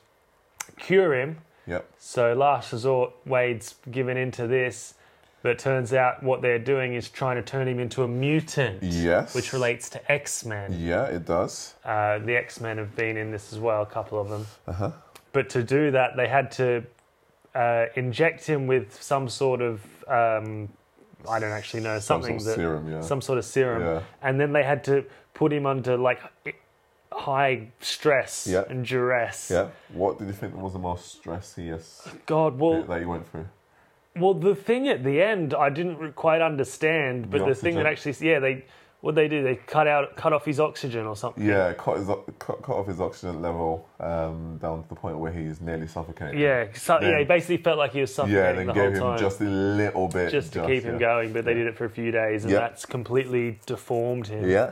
Speaker 1: cure him.
Speaker 2: Yep.
Speaker 1: So, last resort, Wade's given into this. But it turns out what they're doing is trying to turn him into a mutant.
Speaker 2: Yes.
Speaker 1: Which relates to X Men.
Speaker 2: Yeah, it does.
Speaker 1: Uh, the X Men have been in this as well, a couple of them. Uh-huh. But to do that, they had to uh, inject him with some sort of. Um, I don't actually know something
Speaker 2: sort of
Speaker 1: that
Speaker 2: serum, yeah.
Speaker 1: some sort of serum,
Speaker 2: Yeah.
Speaker 1: and then they had to put him under like h- high stress
Speaker 2: Yeah.
Speaker 1: and duress.
Speaker 2: Yeah. What did you think was the most stressiest
Speaker 1: God, well,
Speaker 2: bit that you went through?
Speaker 1: Well, the thing at the end, I didn't re- quite understand, but
Speaker 2: The
Speaker 1: the, thing that actually,
Speaker 2: oxygen.
Speaker 1: yeah, they what they do, they cut out, cut off his oxygen or something.
Speaker 2: Yeah, cut, his, o- cut, cut off his oxygen level um, down to the point where he's nearly suffocating.
Speaker 1: Yeah, so, yeah,
Speaker 2: Then-
Speaker 1: he basically felt like he was
Speaker 2: Yeah,
Speaker 1: suffocating
Speaker 2: then
Speaker 1: the
Speaker 2: gave him
Speaker 1: whole time,
Speaker 2: just a little bit.
Speaker 1: just to keep him
Speaker 2: yeah.
Speaker 1: going. But they did it for a few days, and
Speaker 2: Yeah.
Speaker 1: that's completely deformed him.
Speaker 2: Yeah.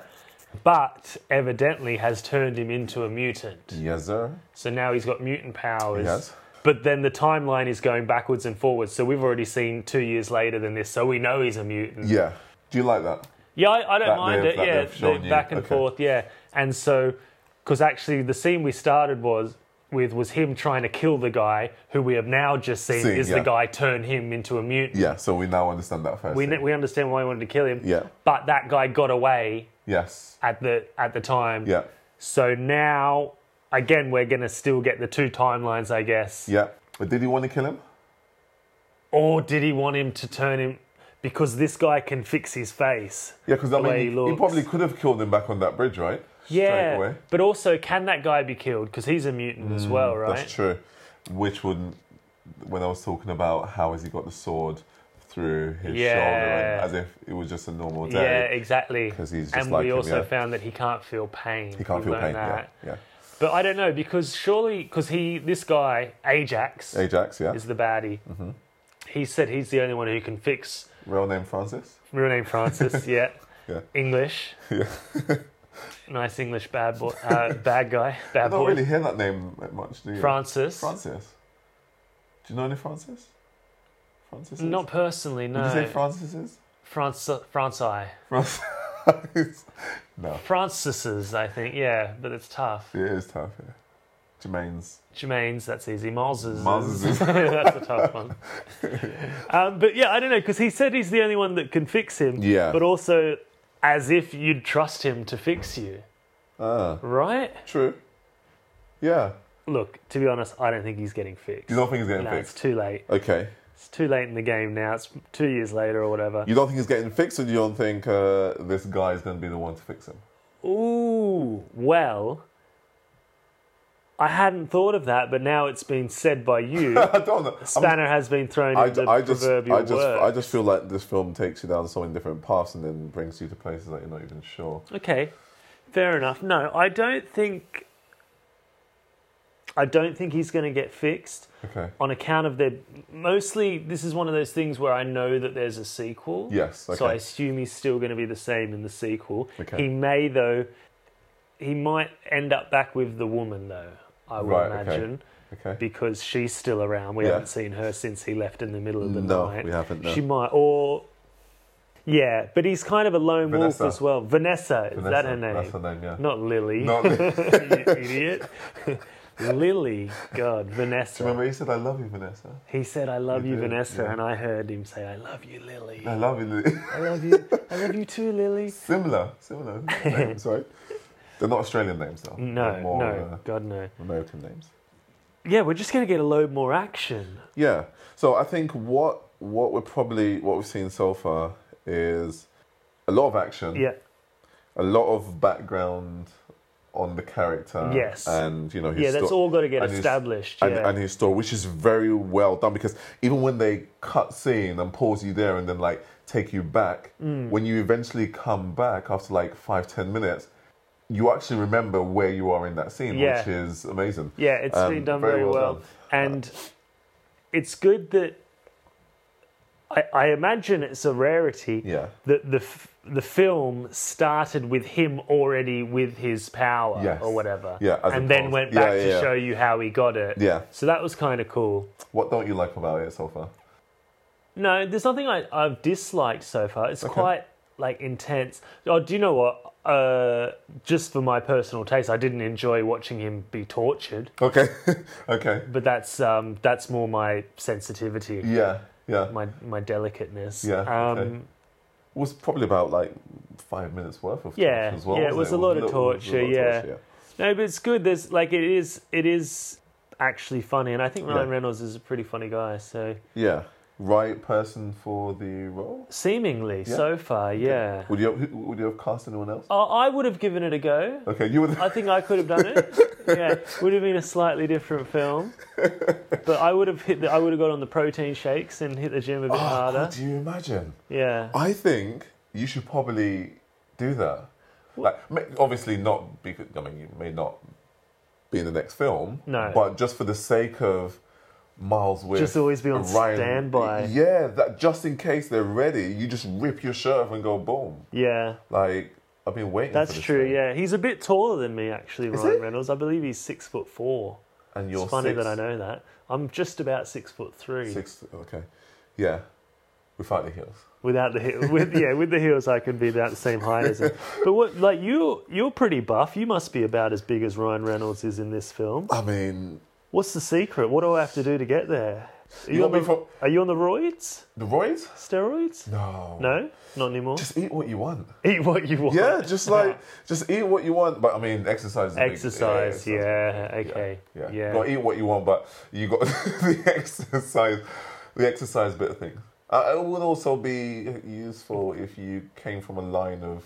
Speaker 1: But evidently has turned him into a mutant.
Speaker 2: Yes, sir.
Speaker 1: So now he's got mutant powers.
Speaker 2: Yes.
Speaker 1: But then the timeline is going backwards and forwards. So we've already seen two years later than this. So we know he's a mutant.
Speaker 2: Yeah. Do you like that?
Speaker 1: Yeah, I, I don't
Speaker 2: That
Speaker 1: mind
Speaker 2: they've-
Speaker 1: it.
Speaker 2: that
Speaker 1: Yeah,
Speaker 2: they've shown
Speaker 1: the
Speaker 2: you.
Speaker 1: back and
Speaker 2: Okay.
Speaker 1: forth. Yeah, and so because actually the scene we started was with was him trying to kill the guy who we have now just seen
Speaker 2: Seen,
Speaker 1: is
Speaker 2: yeah.
Speaker 1: the guy turn him into a mutant.
Speaker 2: Yeah. So we now understand that first.
Speaker 1: We, kn-
Speaker 2: thing.
Speaker 1: we understand why he wanted to kill him.
Speaker 2: Yeah.
Speaker 1: but that guy got away
Speaker 2: yes.
Speaker 1: at the at the time.
Speaker 2: Yeah.
Speaker 1: So now again we're gonna still get the two timelines, I guess.
Speaker 2: Yeah. But did you want to kill him?
Speaker 1: Or did he want him to turn him because this guy can fix his face?
Speaker 2: Yeah, because I
Speaker 1: the way
Speaker 2: mean, he, he
Speaker 1: looks.
Speaker 2: probably could have killed him back on that bridge, right? Straight
Speaker 1: Yeah,
Speaker 2: away. Mm,
Speaker 1: but also, can that guy be killed? Because he's a mutant as well, right?
Speaker 2: That's true. Which wouldn't. When I was talking about how has he got the sword through his
Speaker 1: Yeah.
Speaker 2: shoulder, and as if it was just a normal day.
Speaker 1: Yeah, exactly.
Speaker 2: 'Cause he's just
Speaker 1: and
Speaker 2: like
Speaker 1: we
Speaker 2: him,
Speaker 1: also
Speaker 2: yeah.
Speaker 1: found that he can't feel pain.
Speaker 2: He can't
Speaker 1: We
Speaker 2: feel
Speaker 1: learned
Speaker 2: pain.
Speaker 1: that.
Speaker 2: Yeah,
Speaker 1: But I don't know because surely, because he, this guy Ajax,
Speaker 2: yeah. Ajax, yeah.
Speaker 1: is the baddie.
Speaker 2: Mm-hmm.
Speaker 1: He said he's the only one who can fix
Speaker 2: Real name Francis.
Speaker 1: real name Francis. yeah.
Speaker 2: Yeah.
Speaker 1: English. nice English bad boy, uh, bad guy,
Speaker 2: I
Speaker 1: bad
Speaker 2: don't
Speaker 1: boy.
Speaker 2: really hear that name that much, do you?
Speaker 1: Francis.
Speaker 2: Francis. Do you know any Francis? Francis?
Speaker 1: Not personally, no.
Speaker 2: Did you say Francis is?
Speaker 1: France, Franci,
Speaker 2: Francis. no.
Speaker 1: Francis's, I think. Yeah, but it's tough.
Speaker 2: It is tough, yeah. Jermaine's.
Speaker 1: Jermaine's, that's easy. Miles's, is-
Speaker 2: Miles's.
Speaker 1: that's a tough one. um, but yeah, I don't know because he said he's the only one that can fix him.
Speaker 2: Yeah.
Speaker 1: But also, as if you'd trust him to fix you,
Speaker 2: Ah,
Speaker 1: right?
Speaker 2: true. Yeah.
Speaker 1: Look, to be honest, I don't think he's getting fixed.
Speaker 2: You don't think he's getting
Speaker 1: no, it's
Speaker 2: fixed?
Speaker 1: too late.
Speaker 2: Okay.
Speaker 1: It's too late in the game now. It's two years later or whatever.
Speaker 2: You don't think he's getting fixed, or you don't think uh, this guy is going to be the one to fix him?
Speaker 1: Ooh, well, I hadn't thought of that, but now it's been said by you.
Speaker 2: I don't know. I'm-
Speaker 1: Spanner has been thrown
Speaker 2: I,
Speaker 1: in the
Speaker 2: I just, I
Speaker 1: proverbial
Speaker 2: just, I
Speaker 1: works.
Speaker 2: just feel like this film takes you down so many different paths and then brings you to places that you're not even sure.
Speaker 1: Okay, fair enough. No, I don't think. I don't think he's going to get fixed
Speaker 2: Okay.
Speaker 1: on account of their. Mostly, this is one of those things where I know that there's a sequel.
Speaker 2: Yes,
Speaker 1: So I
Speaker 2: okay.
Speaker 1: assume he's still going to be the same in the sequel.
Speaker 2: Okay.
Speaker 1: He may though. He might end up back with the woman though. I would
Speaker 2: Right, okay.
Speaker 1: imagine.
Speaker 2: Okay.
Speaker 1: because she's still around. We
Speaker 2: Yeah.
Speaker 1: haven't seen her since he left in the middle of the
Speaker 2: No,
Speaker 1: night.
Speaker 2: we haven't, no.
Speaker 1: She might, or yeah, but he's kind of a lone
Speaker 2: Vanessa.
Speaker 1: wolf as well. Vanessa, is that
Speaker 2: Vanessa,
Speaker 1: her name?
Speaker 2: That's her name, yeah.
Speaker 1: Not Lily,
Speaker 2: Not Lily.
Speaker 1: you idiot. Lily, God, Vanessa.
Speaker 2: Remember, he said, I love you, Vanessa.
Speaker 1: He said, "I love
Speaker 2: You
Speaker 1: you,
Speaker 2: did,
Speaker 1: Vanessa,"
Speaker 2: yeah. Uh.
Speaker 1: and I heard him say, "I love you, Lily."
Speaker 2: I love you, Lily.
Speaker 1: I love you. I love you too, Lily.
Speaker 2: similar, similar names, right? They're not Australian names, though.
Speaker 1: No,
Speaker 2: They're more,
Speaker 1: no,
Speaker 2: uh,
Speaker 1: God no.
Speaker 2: American names.
Speaker 1: Yeah, we're just gonna get a load more action.
Speaker 2: Yeah. So I think what what we're probably what we've seen so far is a lot of action.
Speaker 1: Yeah,
Speaker 2: a lot of background on the character.
Speaker 1: Yes.
Speaker 2: And you know, his
Speaker 1: yeah. That's
Speaker 2: sto-
Speaker 1: all got to get
Speaker 2: and his-
Speaker 1: established.
Speaker 2: And,
Speaker 1: yeah.
Speaker 2: and his story, which is very well done, because even when they cut scene and pause you there and then like take you back,
Speaker 1: Mm.
Speaker 2: when you eventually come back after like five ten minutes, you actually remember where you are in that scene,
Speaker 1: Yeah.
Speaker 2: which is amazing.
Speaker 1: Yeah, it's
Speaker 2: Um,
Speaker 1: been done very, well,
Speaker 2: done. Uh,
Speaker 1: and it's good that I, I imagine it's a rarity
Speaker 2: Yeah.
Speaker 1: that the f- the film started with him already with his power
Speaker 2: Yes.
Speaker 1: or whatever,
Speaker 2: Yeah,
Speaker 1: and
Speaker 2: as opposed-
Speaker 1: then went
Speaker 2: yeah,
Speaker 1: back
Speaker 2: yeah,
Speaker 1: to
Speaker 2: yeah.
Speaker 1: show you how he got it.
Speaker 2: Yeah.
Speaker 1: so that was kind of cool.
Speaker 2: What don't you like about it so far?
Speaker 1: No, there's nothing I, I've disliked so far. It's quite like intense. Oh, do you know what? Uh, just for my personal taste, I didn't enjoy watching him be tortured.
Speaker 2: Okay. okay.
Speaker 1: but that's um, that's more my sensitivity,
Speaker 2: Yeah. Yeah.
Speaker 1: my my delicateness.
Speaker 2: Yeah,
Speaker 1: um,
Speaker 2: okay. It was probably about like five minutes worth of
Speaker 1: Yeah,
Speaker 2: torture as well.
Speaker 1: yeah, it
Speaker 2: wasn't
Speaker 1: was a lot of
Speaker 2: little- it was a
Speaker 1: torture,
Speaker 2: lot of
Speaker 1: yeah. No, but it's good. There's like it is it is actually funny, and I think Ryan
Speaker 2: Yeah.
Speaker 1: Reynolds is a pretty funny guy. So
Speaker 2: Yeah. Right person for the role?
Speaker 1: seemingly so far, yeah.
Speaker 2: Would you have, who- would you have cast anyone else?
Speaker 1: I I would have given it a go.
Speaker 2: Okay, you would.
Speaker 1: I think I could have done it. yeah, would have been a slightly different film, but I would have hit. The, I would have got on the protein shakes and hit the gym a bit
Speaker 2: Oh,
Speaker 1: harder.
Speaker 2: could you imagine?
Speaker 1: Yeah.
Speaker 2: I think you should probably do that. Like, ma- obviously not because I mean you may not be in the next film.
Speaker 1: No.
Speaker 2: but just for the sake of Miles with
Speaker 1: Just always be on
Speaker 2: Ryan-
Speaker 1: standby.
Speaker 2: Yeah, that just in case they're ready, you just rip your shirt off and go boom.
Speaker 1: Yeah.
Speaker 2: Like I've been waiting.
Speaker 1: That's
Speaker 2: for this
Speaker 1: true.
Speaker 2: thing.
Speaker 1: Yeah, he's a bit taller than me, actually. Ryan
Speaker 2: he?
Speaker 1: Reynolds. I believe he's six foot four.
Speaker 2: and you're
Speaker 1: It's funny
Speaker 2: six,
Speaker 1: that I know that. I'm just about six foot three.
Speaker 2: Six. Okay, yeah, without the heels.
Speaker 1: Without the heel, with yeah, with the heels, I could be about the same height as him. But what, like you, you're pretty buff. You must be about as big as Ryan Reynolds is in this film.
Speaker 2: I mean,
Speaker 1: What's the secret? What do I have to do to get there? Are you,
Speaker 2: You
Speaker 1: on the,
Speaker 2: gotta be
Speaker 1: are you on the roids?
Speaker 2: the Roy's.
Speaker 1: Steroids?
Speaker 2: No.
Speaker 1: No, not anymore.
Speaker 2: Just eat what you want.
Speaker 1: Eat what you want.
Speaker 2: Yeah, just like just eat what you want. But I mean, exercise. Is a big-
Speaker 1: Exercise, yeah, okay,
Speaker 2: yeah.
Speaker 1: yeah.
Speaker 2: You got to eat what you want, but you got the exercise, the exercise bit of things. Uh, it would also be useful if you came from a line of.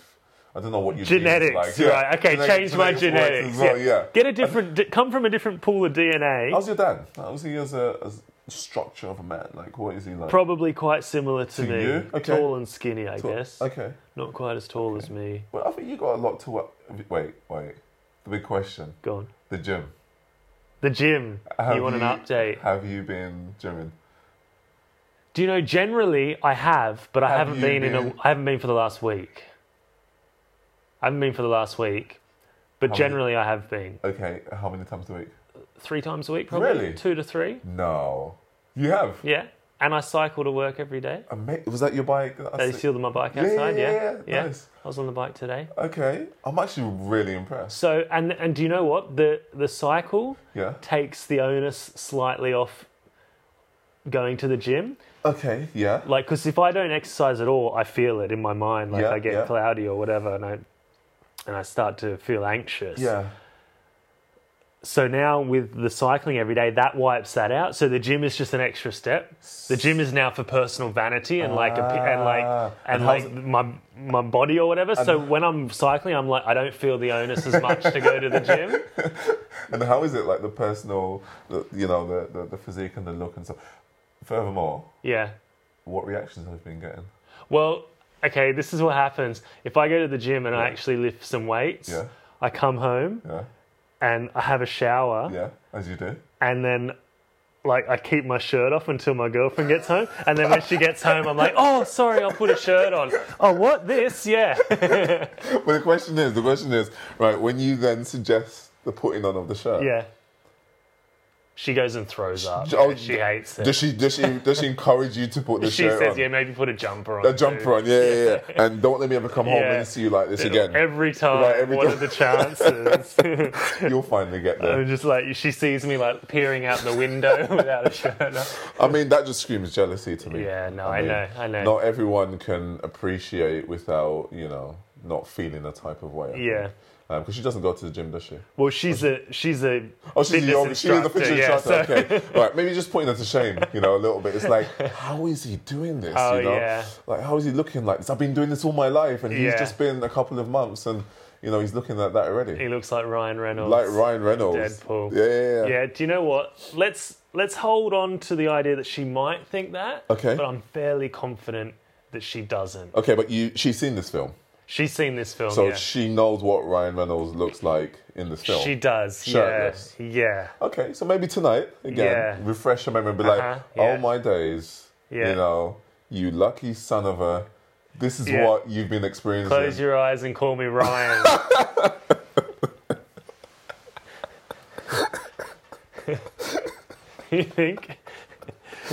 Speaker 2: I don't know what you
Speaker 1: genetics,
Speaker 2: like.
Speaker 1: right? Okay,
Speaker 2: genetic-
Speaker 1: change my
Speaker 2: genetics
Speaker 1: genetics.
Speaker 2: as well,
Speaker 1: yeah.
Speaker 2: yeah.
Speaker 1: get a different, di- come from a different pool of DNA.
Speaker 2: How's your dad? How's he as a as structure of a man? Like, what is he like?
Speaker 1: Probably quite similar to,
Speaker 2: To
Speaker 1: me,
Speaker 2: you? Okay.
Speaker 1: tall and skinny, I guess.
Speaker 2: Okay.
Speaker 1: Not quite as tall as me.
Speaker 2: Well, I think you got a lot to work. Wait, wait. The big question:
Speaker 1: Gone.
Speaker 2: the gym.
Speaker 1: The gym.
Speaker 2: Have
Speaker 1: you want an update?
Speaker 2: Have you been gymming?
Speaker 1: Do you know? Generally, I have, but I
Speaker 2: Have
Speaker 1: haven't
Speaker 2: you
Speaker 1: been in a.
Speaker 2: been-
Speaker 1: I haven't been for the last week. I haven't been for the last week, but
Speaker 2: many?
Speaker 1: generally I have been
Speaker 2: Okay, how many times a week?
Speaker 1: three times a week, probably
Speaker 2: Really?
Speaker 1: two to three.
Speaker 2: No. You have?
Speaker 1: Yeah, and I cycle to work every day.
Speaker 2: Ama- was that your bike? that I
Speaker 1: They
Speaker 2: see-
Speaker 1: sealed my bike
Speaker 2: Yeah,
Speaker 1: outside.
Speaker 2: yeah,
Speaker 1: Yeah,
Speaker 2: yeah, nice.
Speaker 1: I was on the bike today.
Speaker 2: Okay. I'm actually really impressed.
Speaker 1: So and and do you know what the the cycle
Speaker 2: Yeah.
Speaker 1: takes the onus slightly off going to the gym
Speaker 2: Okay, yeah.
Speaker 1: like because if I don't exercise at all, I feel it in my mind. Like
Speaker 2: Yeah,
Speaker 1: I get
Speaker 2: yeah.
Speaker 1: cloudy or whatever, and I and I start to feel anxious.
Speaker 2: Yeah.
Speaker 1: So now with the cycling every day, that wipes that out. So the gym is just an extra step. The gym is now for personal vanity and like a, and
Speaker 2: Ah.
Speaker 1: like and,
Speaker 2: And how's
Speaker 1: like my my body or whatever. So when I'm cycling, I'm like I don't feel the onus as much to go to the gym.
Speaker 2: And how is it like the personal, the, you know, the, the, the physique and the look and stuff? Furthermore,
Speaker 1: Yeah.
Speaker 2: what reactions have you been getting?
Speaker 1: Well, okay. This is what happens if I go to the gym and I actually lift some weights.
Speaker 2: Yeah.
Speaker 1: I come home
Speaker 2: Yeah.
Speaker 1: and I have a shower.
Speaker 2: Yeah, as you do.
Speaker 1: and then like I keep my shirt off until my girlfriend gets home, and then when she gets home, I'm like, oh, sorry, I'll put a shirt on. Oh, what this? Yeah,
Speaker 2: But the question is, the question is, right, when you then suggest the putting on of the shirt.
Speaker 1: yeah. She goes and throws up.
Speaker 2: Oh,
Speaker 1: she hates it.
Speaker 2: Does she does she does she encourage you to put the
Speaker 1: she
Speaker 2: shirt
Speaker 1: says,
Speaker 2: on?
Speaker 1: yeah, maybe put a jumper on.
Speaker 2: A jumper on, yeah, yeah, yeah. And don't let me ever come home
Speaker 1: Yeah.
Speaker 2: and see you like this again.
Speaker 1: Every time.
Speaker 2: Right, every
Speaker 1: what
Speaker 2: time.
Speaker 1: are the chances?
Speaker 2: You'll finally get there.
Speaker 1: I'm just like she sees me like peering out the window without a shirt on.
Speaker 2: I mean, that just screams jealousy to me.
Speaker 1: Yeah, no, I
Speaker 2: mean,
Speaker 1: know, I know.
Speaker 2: Not everyone can appreciate without, you know, not feeling a type of way. I think.
Speaker 1: Yeah.
Speaker 2: Because she doesn't go to the gym, does she?
Speaker 1: Well, she's a she's a
Speaker 2: Oh, she's the,
Speaker 1: fitness
Speaker 2: old, she's the
Speaker 1: instructor,
Speaker 2: fitness
Speaker 1: yeah,
Speaker 2: instructor.
Speaker 1: so-
Speaker 2: Okay, right. Maybe just putting her to shame, you know, a little bit. It's like, how is he doing this?
Speaker 1: Oh,
Speaker 2: you know,
Speaker 1: yeah.
Speaker 2: like how is he looking like this? I've been doing this all my life, and he's
Speaker 1: Yeah.
Speaker 2: just been a couple of months, and you know, he's looking like that already.
Speaker 1: He looks like Ryan Reynolds.
Speaker 2: like Ryan Reynolds,
Speaker 1: Deadpool.
Speaker 2: Yeah, yeah, yeah.
Speaker 1: Yeah, do you know what? Let's let's hold on to the idea that she might think that.
Speaker 2: Okay.
Speaker 1: But I'm fairly confident that she doesn't.
Speaker 2: Okay, but you, she's seen this film,
Speaker 1: She's seen this film.
Speaker 2: so
Speaker 1: yeah.
Speaker 2: she knows what Ryan Reynolds looks like in this film.
Speaker 1: She does.
Speaker 2: Shirtless.
Speaker 1: Yeah. Yeah.
Speaker 2: Okay, so maybe tonight again,
Speaker 1: Yeah.
Speaker 2: refresh your memory and be
Speaker 1: Uh-huh,
Speaker 2: like,
Speaker 1: yeah.
Speaker 2: "Oh my days,
Speaker 1: Yeah.
Speaker 2: you know, you lucky son of a, this is
Speaker 1: Yeah.
Speaker 2: what you've been experiencing."
Speaker 1: Close your eyes and call me Ryan. you think?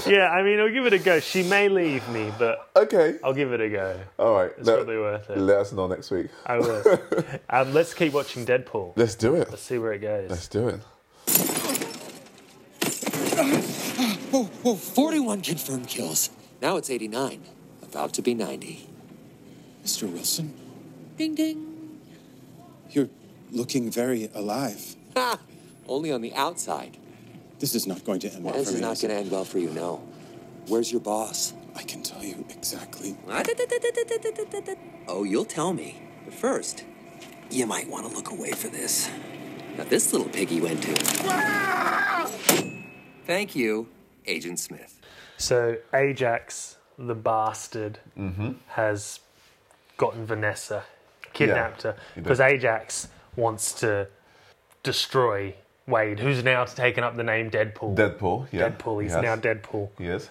Speaker 1: Yeah, I mean, I'll give it a go. She may leave me, but
Speaker 2: okay,
Speaker 1: I'll give it a go.
Speaker 2: all right.
Speaker 1: Oh, It's probably worth it.
Speaker 2: Let us know next week.
Speaker 1: I will. um, let's keep watching Deadpool.
Speaker 2: Let's do it.
Speaker 1: See where it goes.
Speaker 2: Let's do it.
Speaker 4: Whoa, whoa, 41 confirmed kills. Now it's 89, about to be 90.
Speaker 5: Mr. Wilson,
Speaker 4: Ding ding.
Speaker 5: you're looking very alive.
Speaker 4: Ha! Only on the outside.
Speaker 5: This is not going to end well
Speaker 4: This
Speaker 5: for
Speaker 4: is
Speaker 5: me,
Speaker 4: not
Speaker 5: is
Speaker 4: going to end well for you, no. Where's your boss?
Speaker 5: it? I can tell you exactly.
Speaker 4: Oh, you'll tell me. But first, you might want to look away for this. Now, this little piggy went to. Thank you, Agent Smith.
Speaker 1: So Ajax, the bastard, has gotten Vanessa, kidnapped
Speaker 2: Mm-hmm. Yeah,
Speaker 1: her,
Speaker 2: he did.
Speaker 1: because Ajax wants to destroy Wade, who's now taken up the name Deadpool.
Speaker 2: Deadpool. Yeah.
Speaker 1: Deadpool. He's
Speaker 2: Yes.
Speaker 1: now Deadpool.
Speaker 2: He is.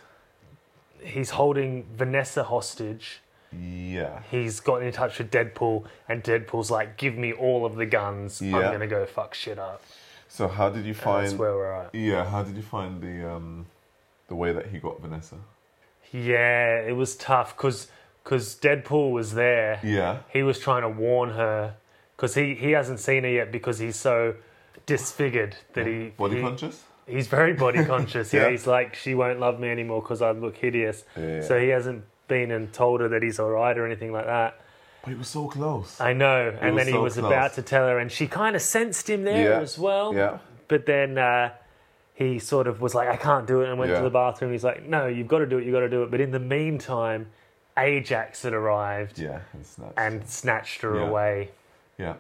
Speaker 1: He's holding Vanessa hostage.
Speaker 2: Yeah.
Speaker 1: He's gotten in touch with Deadpool, and Deadpool's like, "Give me all of the guns. I'm
Speaker 2: Yeah.
Speaker 1: gonna go fuck shit up."
Speaker 2: So how did you
Speaker 1: That's
Speaker 2: find?
Speaker 1: where we're at.
Speaker 2: Yeah. How did you find the um, the way that he got Vanessa?
Speaker 1: Yeah, it was tough because Deadpool was there.
Speaker 2: Yeah.
Speaker 1: he was trying to warn her because he, he hasn't seen her yet because he's so disfigured that he
Speaker 2: Body
Speaker 1: he-
Speaker 2: conscious.
Speaker 1: He's very body conscious. yeah.
Speaker 2: Yeah.
Speaker 1: he's like she won't love me anymore because I look hideous.
Speaker 2: Yeah.
Speaker 1: So he hasn't been and told her that he's all right or anything like that.
Speaker 2: But he was so close.
Speaker 1: I know. and
Speaker 2: was
Speaker 1: then he
Speaker 2: so
Speaker 1: was
Speaker 2: close.
Speaker 1: about to tell her, and she kind of sensed him there
Speaker 2: Yeah.
Speaker 1: as well.
Speaker 2: Yeah.
Speaker 1: But then uh, he sort of was like, I can't do it, and went
Speaker 2: Yeah.
Speaker 1: to the bathroom. He's like, No, you've got to do it. You've got to do it. But in the meantime, Ajax had arrived
Speaker 2: Yeah. And snaps.
Speaker 1: and snatched her
Speaker 2: Yeah.
Speaker 1: away.
Speaker 2: yeah.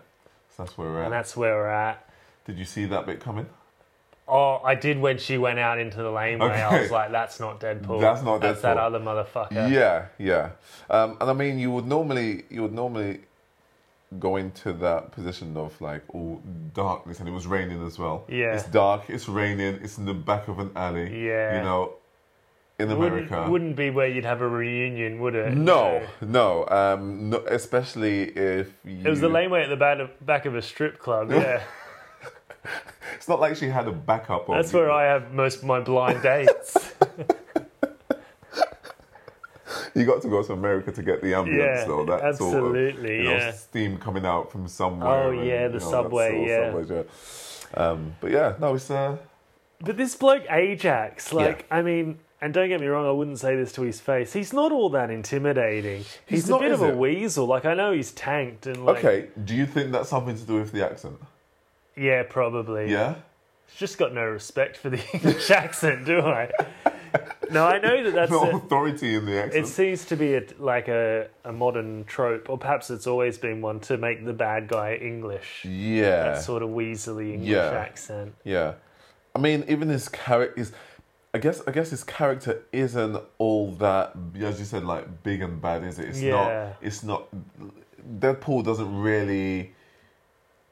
Speaker 2: So that's where we're at.
Speaker 1: And that's where we're at.
Speaker 2: Did you see that bit coming?
Speaker 1: Oh, I did when she went out into the laneway. I
Speaker 2: Okay.
Speaker 1: was like, that's not Deadpool.
Speaker 2: That's not
Speaker 1: That's that
Speaker 2: Deadpool.
Speaker 1: other motherfucker.
Speaker 2: Yeah, yeah. Um, and I mean, you would normally you would normally go into that position of like all darkness, and it was raining as well.
Speaker 1: Yeah.
Speaker 2: it's dark, it's raining, it's in the back of an alley.
Speaker 1: Yeah.
Speaker 2: you know, in America.
Speaker 1: Wouldn't, wouldn't be where you'd have a reunion, would it?
Speaker 2: no, no, um, no, especially if you,
Speaker 1: It was the laneway at the back of, back of a strip club, yeah.
Speaker 2: It's not like she had a backup. Of
Speaker 1: That's where I have most of my blind dates.
Speaker 2: You got to go to America to get the ambulance,
Speaker 1: Yeah,
Speaker 2: though. That sort of,
Speaker 1: absolutely,
Speaker 2: you know,
Speaker 1: yeah.
Speaker 2: steam coming out from somewhere.
Speaker 1: Oh, yeah,
Speaker 2: and,
Speaker 1: the
Speaker 2: you know, that
Speaker 1: subway,
Speaker 2: sort of
Speaker 1: yeah.
Speaker 2: subways, yeah. Um, but yeah, no, it's uh,
Speaker 1: but this bloke Ajax, like, I mean, and don't get me wrong, I wouldn't say this to his face. He's not all that intimidating. He's,
Speaker 2: He's
Speaker 1: a
Speaker 2: not,
Speaker 1: bit
Speaker 2: is
Speaker 1: of a
Speaker 2: it?
Speaker 1: weasel. Like, I know he's tanked and like,
Speaker 2: okay. Do you think that's something to do with the accent?
Speaker 1: yeah, probably.
Speaker 2: Yeah.
Speaker 1: Just got no respect for the English accent, do I? No, I know that that's
Speaker 2: No
Speaker 1: a-
Speaker 2: authority in the accent.
Speaker 1: It seems to be a, like a, a modern trope, or perhaps it's always been one, to make the bad guy English.
Speaker 2: yeah.
Speaker 1: That sort of weaselly English
Speaker 2: Yeah.
Speaker 1: accent.
Speaker 2: Yeah, I mean, even his character is. I guess I guess his character isn't all that, as you said, like big and bad, is it? It's
Speaker 1: Yeah.
Speaker 2: not. It's not. Deadpool doesn't really.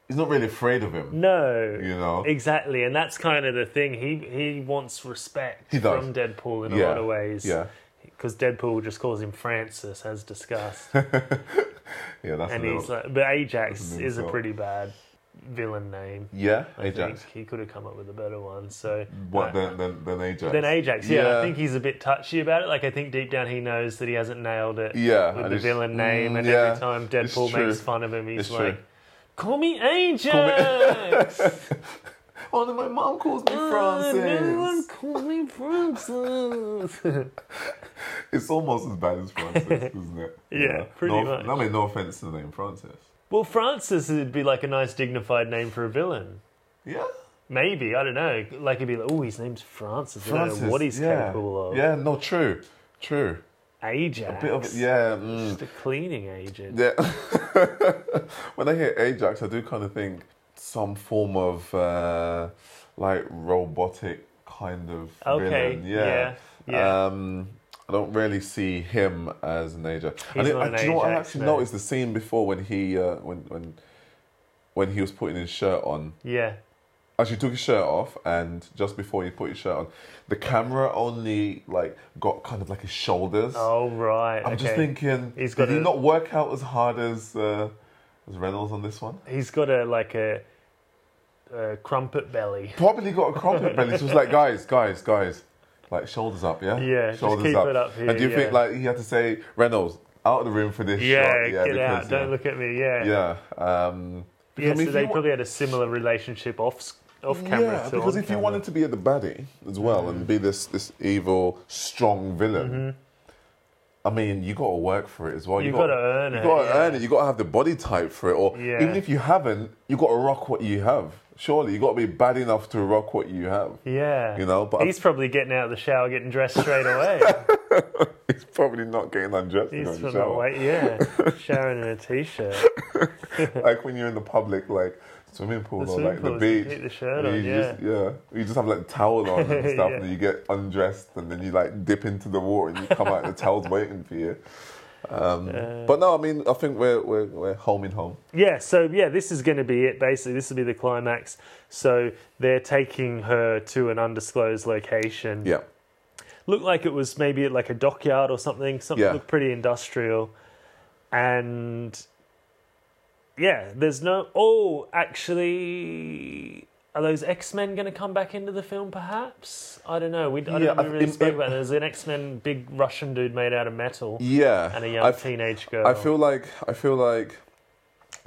Speaker 2: He's not really afraid of him.
Speaker 1: No.
Speaker 2: You know?
Speaker 1: Exactly, and that's kind of the thing. He he wants respect
Speaker 2: He does.
Speaker 1: from Deadpool in a
Speaker 2: Yeah,
Speaker 1: lot of ways.
Speaker 2: yeah.
Speaker 1: Because Deadpool just calls him Francis, as discussed,
Speaker 2: Yeah, that's.
Speaker 1: and
Speaker 2: a little,
Speaker 1: he's like, but Ajax
Speaker 2: That's an
Speaker 1: is a
Speaker 2: insult.
Speaker 1: pretty bad villain name.
Speaker 2: yeah,
Speaker 1: I
Speaker 2: Ajax.
Speaker 1: think he could have come up with a better one. So
Speaker 2: What
Speaker 1: uh,
Speaker 2: then, then? Then Ajax.
Speaker 1: Then Ajax, yeah,
Speaker 2: Yeah.
Speaker 1: I think he's a bit touchy about it. Like I think deep down he knows that he hasn't nailed it.
Speaker 2: Yeah,
Speaker 1: with
Speaker 2: and
Speaker 1: the
Speaker 2: it's-
Speaker 1: villain name,
Speaker 2: mm,
Speaker 1: and
Speaker 2: yeah,
Speaker 1: every time
Speaker 2: it's
Speaker 1: Deadpool
Speaker 2: true.
Speaker 1: makes fun of him, he's
Speaker 2: It's true.
Speaker 1: like, "Call me Ajax."
Speaker 2: Oh, then my mom calls me
Speaker 1: Oh, no one
Speaker 2: Francis.
Speaker 1: call me Francis.
Speaker 2: It's almost as bad as Francis, isn't it? Yeah,
Speaker 1: pretty
Speaker 2: no,
Speaker 1: much.
Speaker 2: I mean, no offense to the name Francis.
Speaker 1: well, Francis would be like a nice, dignified name for a villain.
Speaker 2: Yeah.
Speaker 1: Maybe I don't know. Like it'd be like, "Oh, his name's Francis. I don't know what he's
Speaker 2: yeah.
Speaker 1: capable of."
Speaker 2: Yeah, no, true, true.
Speaker 1: Ajax.
Speaker 2: Bit of yeah. mm.
Speaker 1: Just a cleaning agent.
Speaker 2: Yeah. when I hear Ajax, I do kind of think some form of uh, like robotic kind of
Speaker 1: Okay,
Speaker 2: villain. Yeah.
Speaker 1: yeah, yeah.
Speaker 2: Um, I don't really see him as an Ajax.
Speaker 1: He's
Speaker 2: I did-
Speaker 1: not
Speaker 2: I-
Speaker 1: an
Speaker 2: do you know what? I
Speaker 1: Ajax,
Speaker 2: actually
Speaker 1: no.
Speaker 2: noticed the scene before when he uh, when when when he was putting his shirt on.
Speaker 1: Yeah.
Speaker 2: Actually, took his shirt off, and just before he put his shirt on, the camera only like got kind of like his shoulders.
Speaker 1: Oh right.
Speaker 2: I'm just
Speaker 1: okay.
Speaker 2: thinking,
Speaker 1: He's
Speaker 2: did
Speaker 1: got
Speaker 2: he
Speaker 1: a-
Speaker 2: not work out as hard as uh, as Reynolds on this one?
Speaker 1: He's got a like a, a crumpet belly.
Speaker 2: Probably got a crumpet belly. So it's like, guys, guys, guys, like shoulders up, yeah,
Speaker 1: Yeah, just
Speaker 2: shoulders
Speaker 1: keep it up here,
Speaker 2: and do you think
Speaker 1: yeah.
Speaker 2: like he had to say, Reynolds, out of the room for this
Speaker 1: Yeah,
Speaker 2: shot? Yeah,
Speaker 1: get
Speaker 2: because,
Speaker 1: out! Don't
Speaker 2: yeah,
Speaker 1: look at me. Yeah,
Speaker 2: Yeah, um, because
Speaker 1: Yeah,
Speaker 2: I mean,
Speaker 1: so
Speaker 2: if
Speaker 1: they
Speaker 2: you wa-
Speaker 1: probably had a similar relationship off s- off camera.
Speaker 2: yeah,
Speaker 1: to
Speaker 2: because
Speaker 1: on
Speaker 2: if you
Speaker 1: camera.
Speaker 2: wanted to be at the baddie as well and be this this evil strong villain.
Speaker 1: Mm-hmm.
Speaker 2: I mean, you got to work for it as well.
Speaker 1: You've
Speaker 2: got
Speaker 1: gotta earn
Speaker 2: you
Speaker 1: it,
Speaker 2: got to
Speaker 1: yeah.
Speaker 2: earn it. You got to have the body type for it, or
Speaker 1: Yeah.
Speaker 2: even if you haven't, you got to rock what you have. Surely, you got to be bad enough to rock what you have.
Speaker 1: yeah,
Speaker 2: You know, but-
Speaker 1: he's probably getting out of the shower, getting dressed straight away.
Speaker 2: He's probably not getting undressed. in
Speaker 1: he's
Speaker 2: the
Speaker 1: from not
Speaker 2: shower.
Speaker 1: wait, yeah, showering in a t-shirt.
Speaker 2: like when you're in the public, like swimming pool
Speaker 1: The
Speaker 2: or
Speaker 1: swimming
Speaker 2: like the
Speaker 1: pools, you
Speaker 2: beach.
Speaker 1: keep the shirt
Speaker 2: you
Speaker 1: on,
Speaker 2: Just, yeah, you just have like towel on and stuff,
Speaker 1: Yeah.
Speaker 2: and you get undressed, and then you like dip into the water, and you come out, and the towel's waiting for you. Um, but no, I mean, I think we're we're we're home in home.
Speaker 1: Yeah, so yeah, this is going to be it. Basically, this will be the climax. So they're taking her to an undisclosed location.
Speaker 2: Yeah,
Speaker 1: looked like it was maybe at like a dockyard or something. Something
Speaker 2: Yeah.
Speaker 1: looked pretty industrial, and yeah, there's no. Oh, actually, are those X Men going to come back into the film? Perhaps I don't know. We I don't
Speaker 2: Yeah,
Speaker 1: think we
Speaker 2: I-
Speaker 1: really
Speaker 2: it-
Speaker 1: spoke
Speaker 2: it-
Speaker 1: about. It. There's an X Men big Russian dude made out of metal
Speaker 2: yeah.
Speaker 1: and a young
Speaker 2: I f-
Speaker 1: teenage girl.
Speaker 2: I feel like I feel like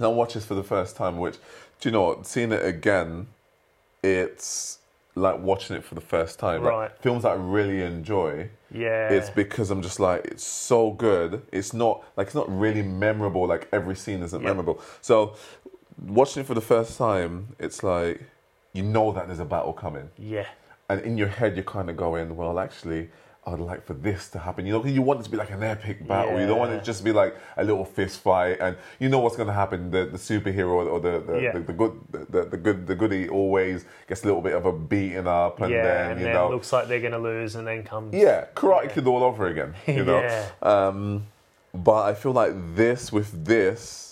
Speaker 2: now watch this for the first time. Which do you know? what? Seeing it again, it's like watching it for the first time. Like,
Speaker 1: Right.
Speaker 2: films that I really enjoy.
Speaker 1: yeah,
Speaker 2: It's because I'm just like it's so good. It's not like it's not really memorable. Like every scene isn't
Speaker 1: Yeah.
Speaker 2: memorable. So watching it for the first time, it's like you know that there's a battle coming,
Speaker 1: yeah,
Speaker 2: and in your head you're kind of going, well, actually. I'd like for this to happen. You know, 'cause you want it to be like an epic battle. You don't want it
Speaker 1: Yeah.
Speaker 2: to just be like a little fist fight, and you know what's going to happen. The the superhero or the the,
Speaker 1: Yeah.
Speaker 2: the, the good the, the good the goodie always gets a little bit of a beating up, and
Speaker 1: yeah,
Speaker 2: then
Speaker 1: and
Speaker 2: you
Speaker 1: then
Speaker 2: know
Speaker 1: it looks like they're going to lose, and then comes
Speaker 2: yeah, Karate Kid all over again. You know, Uh,
Speaker 1: Yeah.
Speaker 2: um, but I feel like this with this,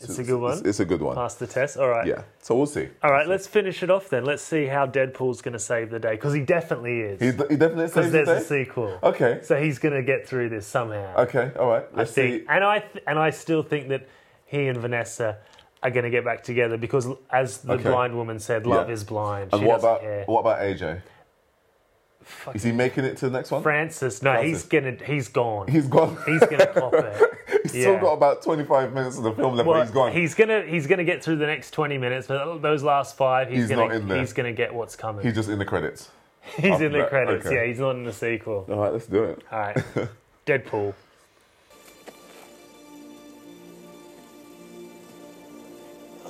Speaker 1: It's a good one.
Speaker 2: It's, it's a good one.
Speaker 1: Pass the test. All right.
Speaker 2: Yeah. So we'll see.
Speaker 1: All right, let's finish it off then. Let's see how Deadpool's going to save the day because he definitely is.
Speaker 2: He, he definitely
Speaker 1: Because
Speaker 2: saves the
Speaker 1: there's a
Speaker 2: day.
Speaker 1: sequel.
Speaker 2: Okay.
Speaker 1: So he's going to get through this somehow.
Speaker 2: Okay. All right.
Speaker 1: I
Speaker 2: Let's
Speaker 1: think,
Speaker 2: see.
Speaker 1: and I th- and I still think that he and Vanessa are going to get back together because, as the
Speaker 2: Okay.
Speaker 1: blind woman said, love
Speaker 2: Yeah.
Speaker 1: is blind.
Speaker 2: And
Speaker 1: she
Speaker 2: what
Speaker 1: doesn't
Speaker 2: about
Speaker 1: care.
Speaker 2: what about AJ? Is he making it to the next one?
Speaker 1: Francis? No, he's gonna he's gone.
Speaker 2: He's gone.
Speaker 1: He's gonna cop it.
Speaker 2: He's
Speaker 1: yeah.
Speaker 2: still got about 25 minutes of the film left,
Speaker 1: Well,
Speaker 2: but he's gone.
Speaker 1: He's gonna he's gonna get through the next twenty minutes, but those last five, he's,
Speaker 2: He's
Speaker 1: gonna
Speaker 2: not in there.
Speaker 1: he's gonna get what's coming.
Speaker 2: He's just in the credits.
Speaker 1: He's in the
Speaker 2: Right,
Speaker 1: credits.
Speaker 2: okay.
Speaker 1: Yeah, he's not in the sequel.
Speaker 2: All right, let's do it.
Speaker 1: All right, Deadpool.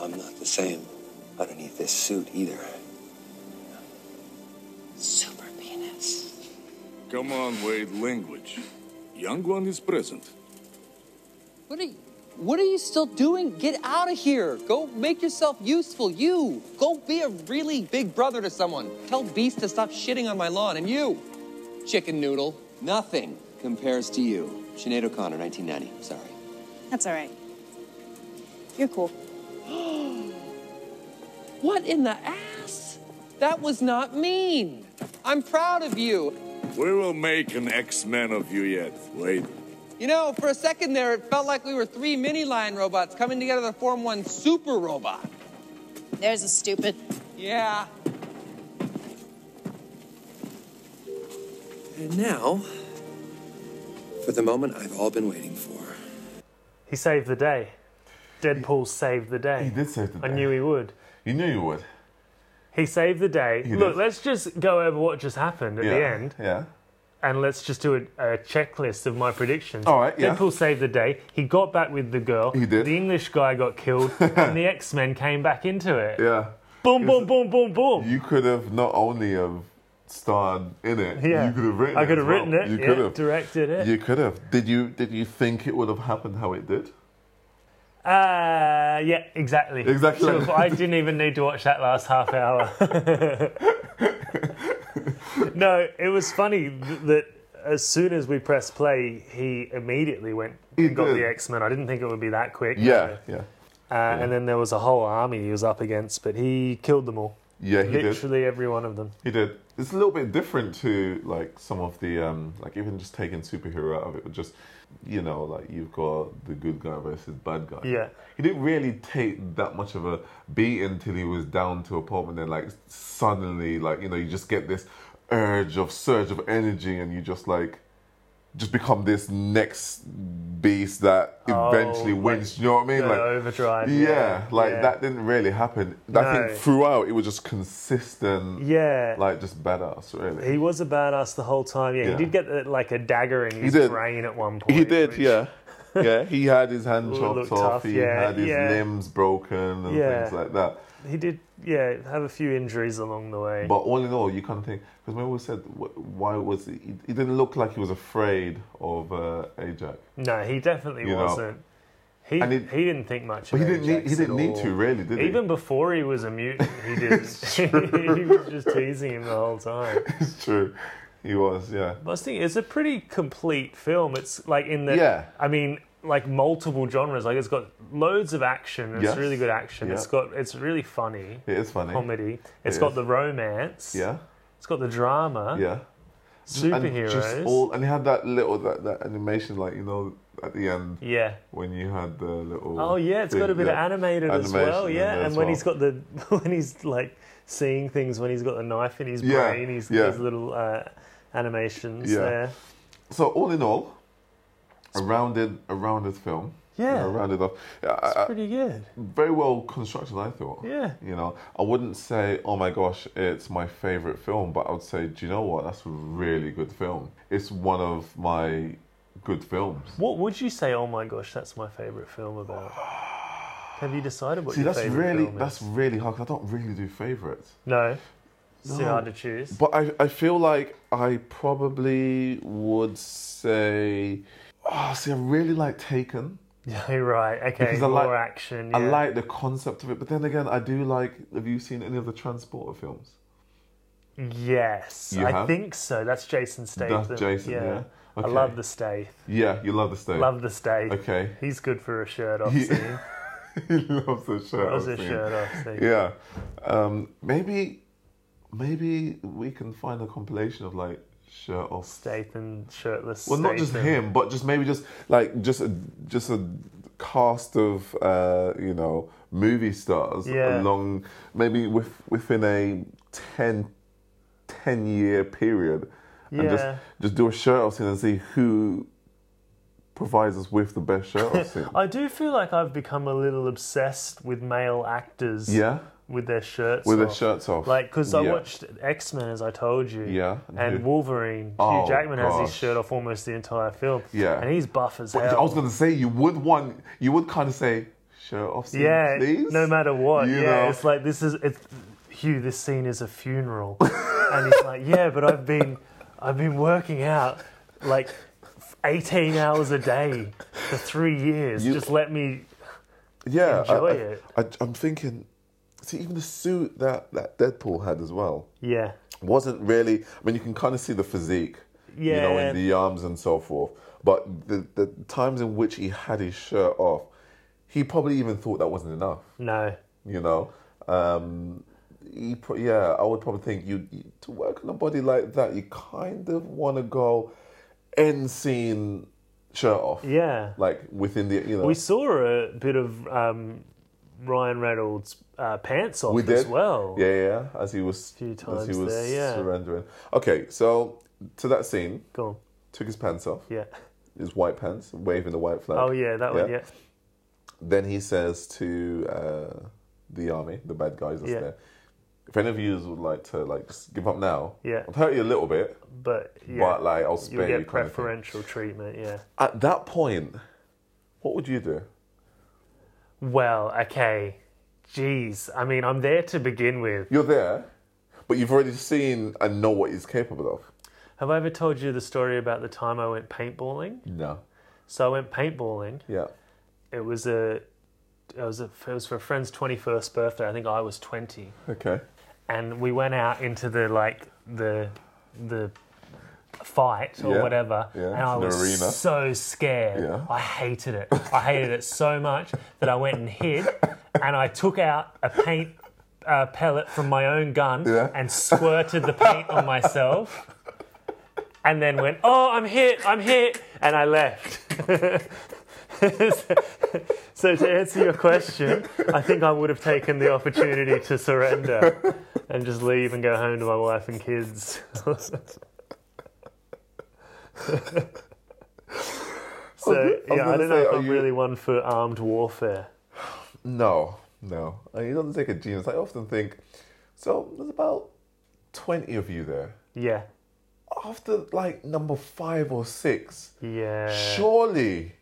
Speaker 4: I'm not the same underneath this suit either.
Speaker 3: Super penis.
Speaker 6: Come on, Wade, language. Young one is present.
Speaker 4: What are you, what are you still doing? Get out of here. Go make yourself useful. You go be a really big brother to someone. Tell Beast to stop shitting on my lawn. And you, chicken noodle, nothing compares to you. Sinead O'Connor, 1990. Sorry.
Speaker 7: That's all right. You're cool.
Speaker 4: What in the ass? That was not mean. I'm proud of you.
Speaker 6: We will make an X-Man of you yet, Wade.
Speaker 4: You know, for a second there, it felt like we were three mini line robots coming together to form one super robot.
Speaker 7: There's a stupid.
Speaker 4: Yeah. And now, for the moment I've all been waiting for.
Speaker 1: He saved the day. Deadpool saved the day.
Speaker 2: He did save the day.
Speaker 1: I knew he would.
Speaker 2: You knew you would.
Speaker 1: He saved the day.
Speaker 2: He
Speaker 1: Look,
Speaker 2: did.
Speaker 1: let's just go over what just happened at
Speaker 2: Yeah.
Speaker 1: the end,
Speaker 2: Yeah.
Speaker 1: and let's just do a, a checklist of my predictions.
Speaker 2: All right, yeah.
Speaker 1: Deadpool saved the day. He got back with the girl.
Speaker 2: He did.
Speaker 1: The English guy got killed, and the X Men came back into it.
Speaker 2: Yeah.
Speaker 1: Boom, boom, boom, boom, boom.
Speaker 2: You could have not only have starred in it,
Speaker 1: yeah.
Speaker 2: you could have written
Speaker 1: I
Speaker 2: it.
Speaker 1: could
Speaker 2: as
Speaker 1: have
Speaker 2: well.
Speaker 1: written it.
Speaker 2: You
Speaker 1: yeah,
Speaker 2: could have.
Speaker 1: directed it.
Speaker 2: You could have. Did you did you think it would have happened how it did?
Speaker 1: Uh, yeah, exactly.
Speaker 2: Exactly.
Speaker 1: Sure, but I didn't even need to watch that last half hour. no, it was funny th- that as soon as we pressed play, he immediately went and got
Speaker 2: did.
Speaker 1: the X Men. I didn't think it would be that quick.
Speaker 2: Yeah. Yeah.
Speaker 1: Uh, And then there was a whole army he was up against, but he killed them all.
Speaker 2: Yeah, he did.
Speaker 1: Literally every one of them.
Speaker 2: He did. It's a little bit different to like some of the um like even just taking superhero out of it, but just you know like you've got the good guy versus bad guy.
Speaker 1: Yeah.
Speaker 2: He didn't really take that much of a beat until he was down to a point, and then like suddenly like you know you just get this urge of surge of energy, and you just like just become this next beast that eventually
Speaker 1: Oh, like
Speaker 2: wins. you know what I mean?
Speaker 1: the
Speaker 2: Like
Speaker 1: Uh, overdrive,
Speaker 2: Yeah,
Speaker 1: yeah,
Speaker 2: like
Speaker 1: yeah.
Speaker 2: that didn't really happen. I
Speaker 1: No.
Speaker 2: think throughout it was just consistent
Speaker 1: Yeah.
Speaker 2: like just badass, really.
Speaker 1: he was a badass the whole time. Yeah,
Speaker 2: Yeah.
Speaker 1: he did get uh, like a dagger in his
Speaker 2: did.
Speaker 1: brain at one
Speaker 2: He,
Speaker 1: point.
Speaker 2: did,
Speaker 1: which-
Speaker 2: yeah, yeah. He had his hand
Speaker 1: looked
Speaker 2: chopped off.
Speaker 1: tough,
Speaker 2: he
Speaker 1: yeah,
Speaker 2: had his
Speaker 1: yeah.
Speaker 2: limbs broken and
Speaker 1: Yeah.
Speaker 2: things like that.
Speaker 1: He did, yeah, have a few injuries along the way.
Speaker 2: But all in all, you kind of think because when we said wh- why was he? He didn't look like he was afraid of uh, Ajax,
Speaker 1: No, he definitely
Speaker 2: You know.
Speaker 1: wasn't. He,
Speaker 2: And
Speaker 1: he
Speaker 2: it-
Speaker 1: didn't think much.
Speaker 2: but he
Speaker 1: of
Speaker 2: didn't need,
Speaker 1: Ajax
Speaker 2: he didn't
Speaker 1: at
Speaker 2: need
Speaker 1: all.
Speaker 2: to really, did he?
Speaker 1: Even before he was a mutant, he did. he was just teasing him the whole time.
Speaker 2: it's true, he was, yeah.
Speaker 1: But I was thinking, it's a pretty complete film. It's like in the,
Speaker 2: Yeah.
Speaker 1: I mean, like multiple genres. Like it's got loads of action. It's
Speaker 2: Yes.
Speaker 1: really good action.
Speaker 2: Yeah.
Speaker 1: It's got, it's really funny
Speaker 2: It is funny,
Speaker 1: comedy. It's
Speaker 2: It
Speaker 1: got
Speaker 2: is.
Speaker 1: the romance.
Speaker 2: yeah,
Speaker 1: It's got the drama.
Speaker 2: yeah. And just
Speaker 1: Superheroes.
Speaker 2: all, and he had that little that, that animation, like you know, at the end
Speaker 1: yeah.
Speaker 2: when you had the little.
Speaker 1: Oh yeah, it's
Speaker 2: thing,
Speaker 1: got a bit
Speaker 2: yeah.
Speaker 1: of animated as
Speaker 2: Animation
Speaker 1: well.
Speaker 2: in
Speaker 1: Yeah,
Speaker 2: there
Speaker 1: and
Speaker 2: as
Speaker 1: when
Speaker 2: well.
Speaker 1: he's got the when he's like seeing things, when he's got the knife in his
Speaker 2: Yeah,
Speaker 1: brain, he's
Speaker 2: yeah.
Speaker 1: his little uh, animations
Speaker 2: Yeah.
Speaker 1: there.
Speaker 2: So all in all, a rounded, a rounded film.
Speaker 1: Yeah.
Speaker 2: a rounded off. Yeah, I- I-
Speaker 1: Pretty good.
Speaker 2: very well constructed, I thought.
Speaker 1: Yeah.
Speaker 2: You know, I wouldn't say, oh my gosh, it's my favorite film, but I would say, do you know what? That's a really good film. It's one of my good films.
Speaker 1: What would you say? Oh my gosh, that's my favorite film about. Have you decided what
Speaker 2: See,
Speaker 1: your
Speaker 2: that's
Speaker 1: favorite
Speaker 2: really
Speaker 1: film is?
Speaker 2: that's really hard. 'cause I don't really do favorites.
Speaker 1: No, it's too hard to choose.
Speaker 2: But I, I feel like I probably would say, oh, see, I really like Taken.
Speaker 1: Yeah, you're right. Okay,
Speaker 2: Because I
Speaker 1: more
Speaker 2: like-
Speaker 1: action.
Speaker 2: I
Speaker 1: yeah.
Speaker 2: like the concept of it, but then again, I do like. Have you seen any of the Transporter films?
Speaker 1: Yes,
Speaker 2: You
Speaker 1: I
Speaker 2: have?
Speaker 1: think so. That's Jason Statham.
Speaker 2: That's Jason, yeah.
Speaker 1: I
Speaker 2: Okay.
Speaker 1: love the Stath.
Speaker 2: Yeah, you love the state.
Speaker 1: Love the Stath.
Speaker 2: Okay.
Speaker 1: He's good for a shirt off
Speaker 2: He-
Speaker 1: scene.
Speaker 2: he loves the shirt.
Speaker 1: Pulls
Speaker 2: off
Speaker 1: his
Speaker 2: scene.
Speaker 1: shirt off. Steve.
Speaker 2: Yeah, um, maybe, maybe we can find a compilation of like shirt off
Speaker 1: Statham, shirtless.
Speaker 2: Well, not just
Speaker 1: Statham.
Speaker 2: him, but just maybe just like just a, just a cast of uh, you know movie stars
Speaker 1: Yeah.
Speaker 2: along maybe with, within a 10, 10 year period, and just
Speaker 1: Yeah.
Speaker 2: just do a shirt off scene and see who provides us with the best shirt off scene.
Speaker 1: I do feel like I've become a little obsessed with male actors.
Speaker 2: yeah,
Speaker 1: With their shirts.
Speaker 2: with their
Speaker 1: off.
Speaker 2: shirts off.
Speaker 1: Like, because I
Speaker 2: Yeah.
Speaker 1: watched X Men, as I told you.
Speaker 2: Yeah, and
Speaker 1: And
Speaker 2: who-
Speaker 1: Wolverine.
Speaker 2: Oh,
Speaker 1: Hugh Jackman has his
Speaker 2: gosh.
Speaker 1: shirt off almost the entire film.
Speaker 2: Yeah.
Speaker 1: And he's buff as
Speaker 2: But
Speaker 1: hell.
Speaker 2: I was gonna say you would want you would kind of say shirt off scene,
Speaker 1: yeah,
Speaker 2: please.
Speaker 1: no matter what.
Speaker 2: You
Speaker 1: yeah,
Speaker 2: know.
Speaker 1: it's like this is it's Hugh. This scene is a funeral, and he's like, yeah, but I've been I've been working out like eighteen hours a day for three years.
Speaker 2: You-
Speaker 1: Just let me.
Speaker 2: yeah, I-
Speaker 1: enjoy
Speaker 2: I,
Speaker 1: it.
Speaker 2: I, am thinking, see, even the suit that, that Deadpool had as well
Speaker 1: Yeah,
Speaker 2: wasn't really. I mean, you can kind of see the physique, you know,
Speaker 1: Yeah.
Speaker 2: in the arms and so forth. But the, the times in which he had his shirt off, he probably even thought that wasn't enough.
Speaker 1: no.
Speaker 2: You know, um, he pro- yeah, I would probably think you, you to work on a body like that, you kind of want to go end scene shirt off,
Speaker 1: Yeah,
Speaker 2: like within the you know.
Speaker 1: we saw a bit of um, Ryan Reynolds uh, pants off
Speaker 2: We did
Speaker 1: as well.
Speaker 2: Yeah, yeah. yeah, As he was,
Speaker 1: Few
Speaker 2: as
Speaker 1: times
Speaker 2: he was
Speaker 1: there, yeah.
Speaker 2: surrendering. Okay, so to that scene,
Speaker 1: Go on.
Speaker 2: took his pants off,
Speaker 1: Yeah.
Speaker 2: his white pants, waving the white flag.
Speaker 1: Oh yeah, that one. Yeah.
Speaker 2: Then he says to uh, the army, the bad guys that's
Speaker 1: Yeah.
Speaker 2: there, if any of you would like to like just give up now,
Speaker 1: Yeah.
Speaker 2: I'll hurt you a little bit,
Speaker 1: But yeah,
Speaker 2: but like I'll
Speaker 1: you'll
Speaker 2: spare you.
Speaker 1: get
Speaker 2: kind of thing.
Speaker 1: preferential treatment. Yeah.
Speaker 2: At that point, what would you do?
Speaker 1: Well, okay. Jeez. I mean, I'm there to begin with.
Speaker 2: You're there, but you've already seen and know what he's capable of.
Speaker 1: Have I ever told you the story about the time I went paintballing?
Speaker 2: No.
Speaker 1: So I went paintballing.
Speaker 2: Yeah.
Speaker 1: It was a it was a, it was for a friend's 21st birthday. I think I was 20.
Speaker 2: Okay.
Speaker 1: And we went out into the like the the fight or
Speaker 2: Yeah.
Speaker 1: whatever
Speaker 2: Yeah,
Speaker 1: and I
Speaker 2: the
Speaker 1: was
Speaker 2: arena.
Speaker 1: so scared.
Speaker 2: Yeah.
Speaker 1: I hated it. I hated it so much that I went and hid and I took out a paint uh, pellet from my own gun
Speaker 2: Yeah.
Speaker 1: and squirted the paint on myself and then went, "Oh, I'm hit. I'm hit." And I left. so to answer your question, I think I would have taken the opportunity to surrender and just leave and go home to my wife and kids. So
Speaker 2: I was
Speaker 1: yeah, I
Speaker 2: gonna
Speaker 1: don't
Speaker 2: say,
Speaker 1: know if
Speaker 2: are
Speaker 1: I'm
Speaker 2: you-
Speaker 1: really one for armed warfare.
Speaker 2: No, no. I mean, it doesn't take a genius. I often think, so there's about 20 of you there.
Speaker 1: Yeah,
Speaker 2: After like number five or six,
Speaker 1: yeah.
Speaker 2: surely,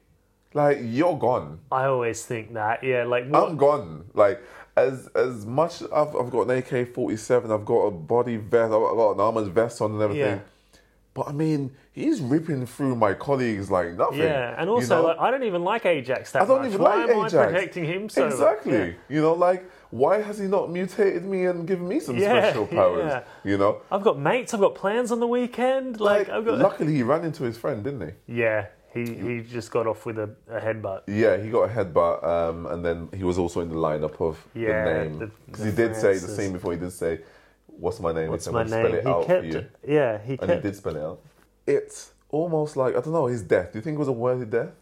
Speaker 2: like you're gone.
Speaker 1: I always think that. Yeah, like what?
Speaker 2: I'm gone. Like as as much I've I've got an AK-47, I've got a body vest, I've got an armored vest on and everything.
Speaker 1: Yeah.
Speaker 2: But I mean, he's ripping through my colleagues like nothing.
Speaker 1: yeah, and
Speaker 2: you
Speaker 1: also
Speaker 2: know?
Speaker 1: like I don't even like Ajax that
Speaker 2: I don't
Speaker 1: much.
Speaker 2: even
Speaker 1: Why
Speaker 2: like
Speaker 1: am
Speaker 2: Ajax.
Speaker 1: I protecting him so? much?
Speaker 2: exactly.
Speaker 1: Yeah.
Speaker 2: You know, like why has he not mutated me and given me some
Speaker 1: Yeah,
Speaker 2: special powers?
Speaker 1: yeah.
Speaker 2: You know,
Speaker 1: I've got mates. I've got plans on the weekend. Like, I've got.
Speaker 2: luckily he ran into his friend, didn't he?
Speaker 1: Yeah, he he just got off with a, a headbutt.
Speaker 2: Yeah, he got a headbutt, um, and then he was also in the lineup of
Speaker 1: Yeah,
Speaker 2: the name
Speaker 1: the-
Speaker 2: because
Speaker 1: the
Speaker 2: he did say the
Speaker 1: Francis.
Speaker 2: scene before. He did say, "What's my name?"
Speaker 1: What's
Speaker 2: I'm
Speaker 1: my
Speaker 2: gonna Spell
Speaker 1: name?
Speaker 2: it
Speaker 1: He
Speaker 2: out
Speaker 1: kept.
Speaker 2: for you,
Speaker 1: Yeah, he
Speaker 2: and he
Speaker 1: kept.
Speaker 2: did spell it out. It's almost like I don't know his death. Do you think it was a worthy death,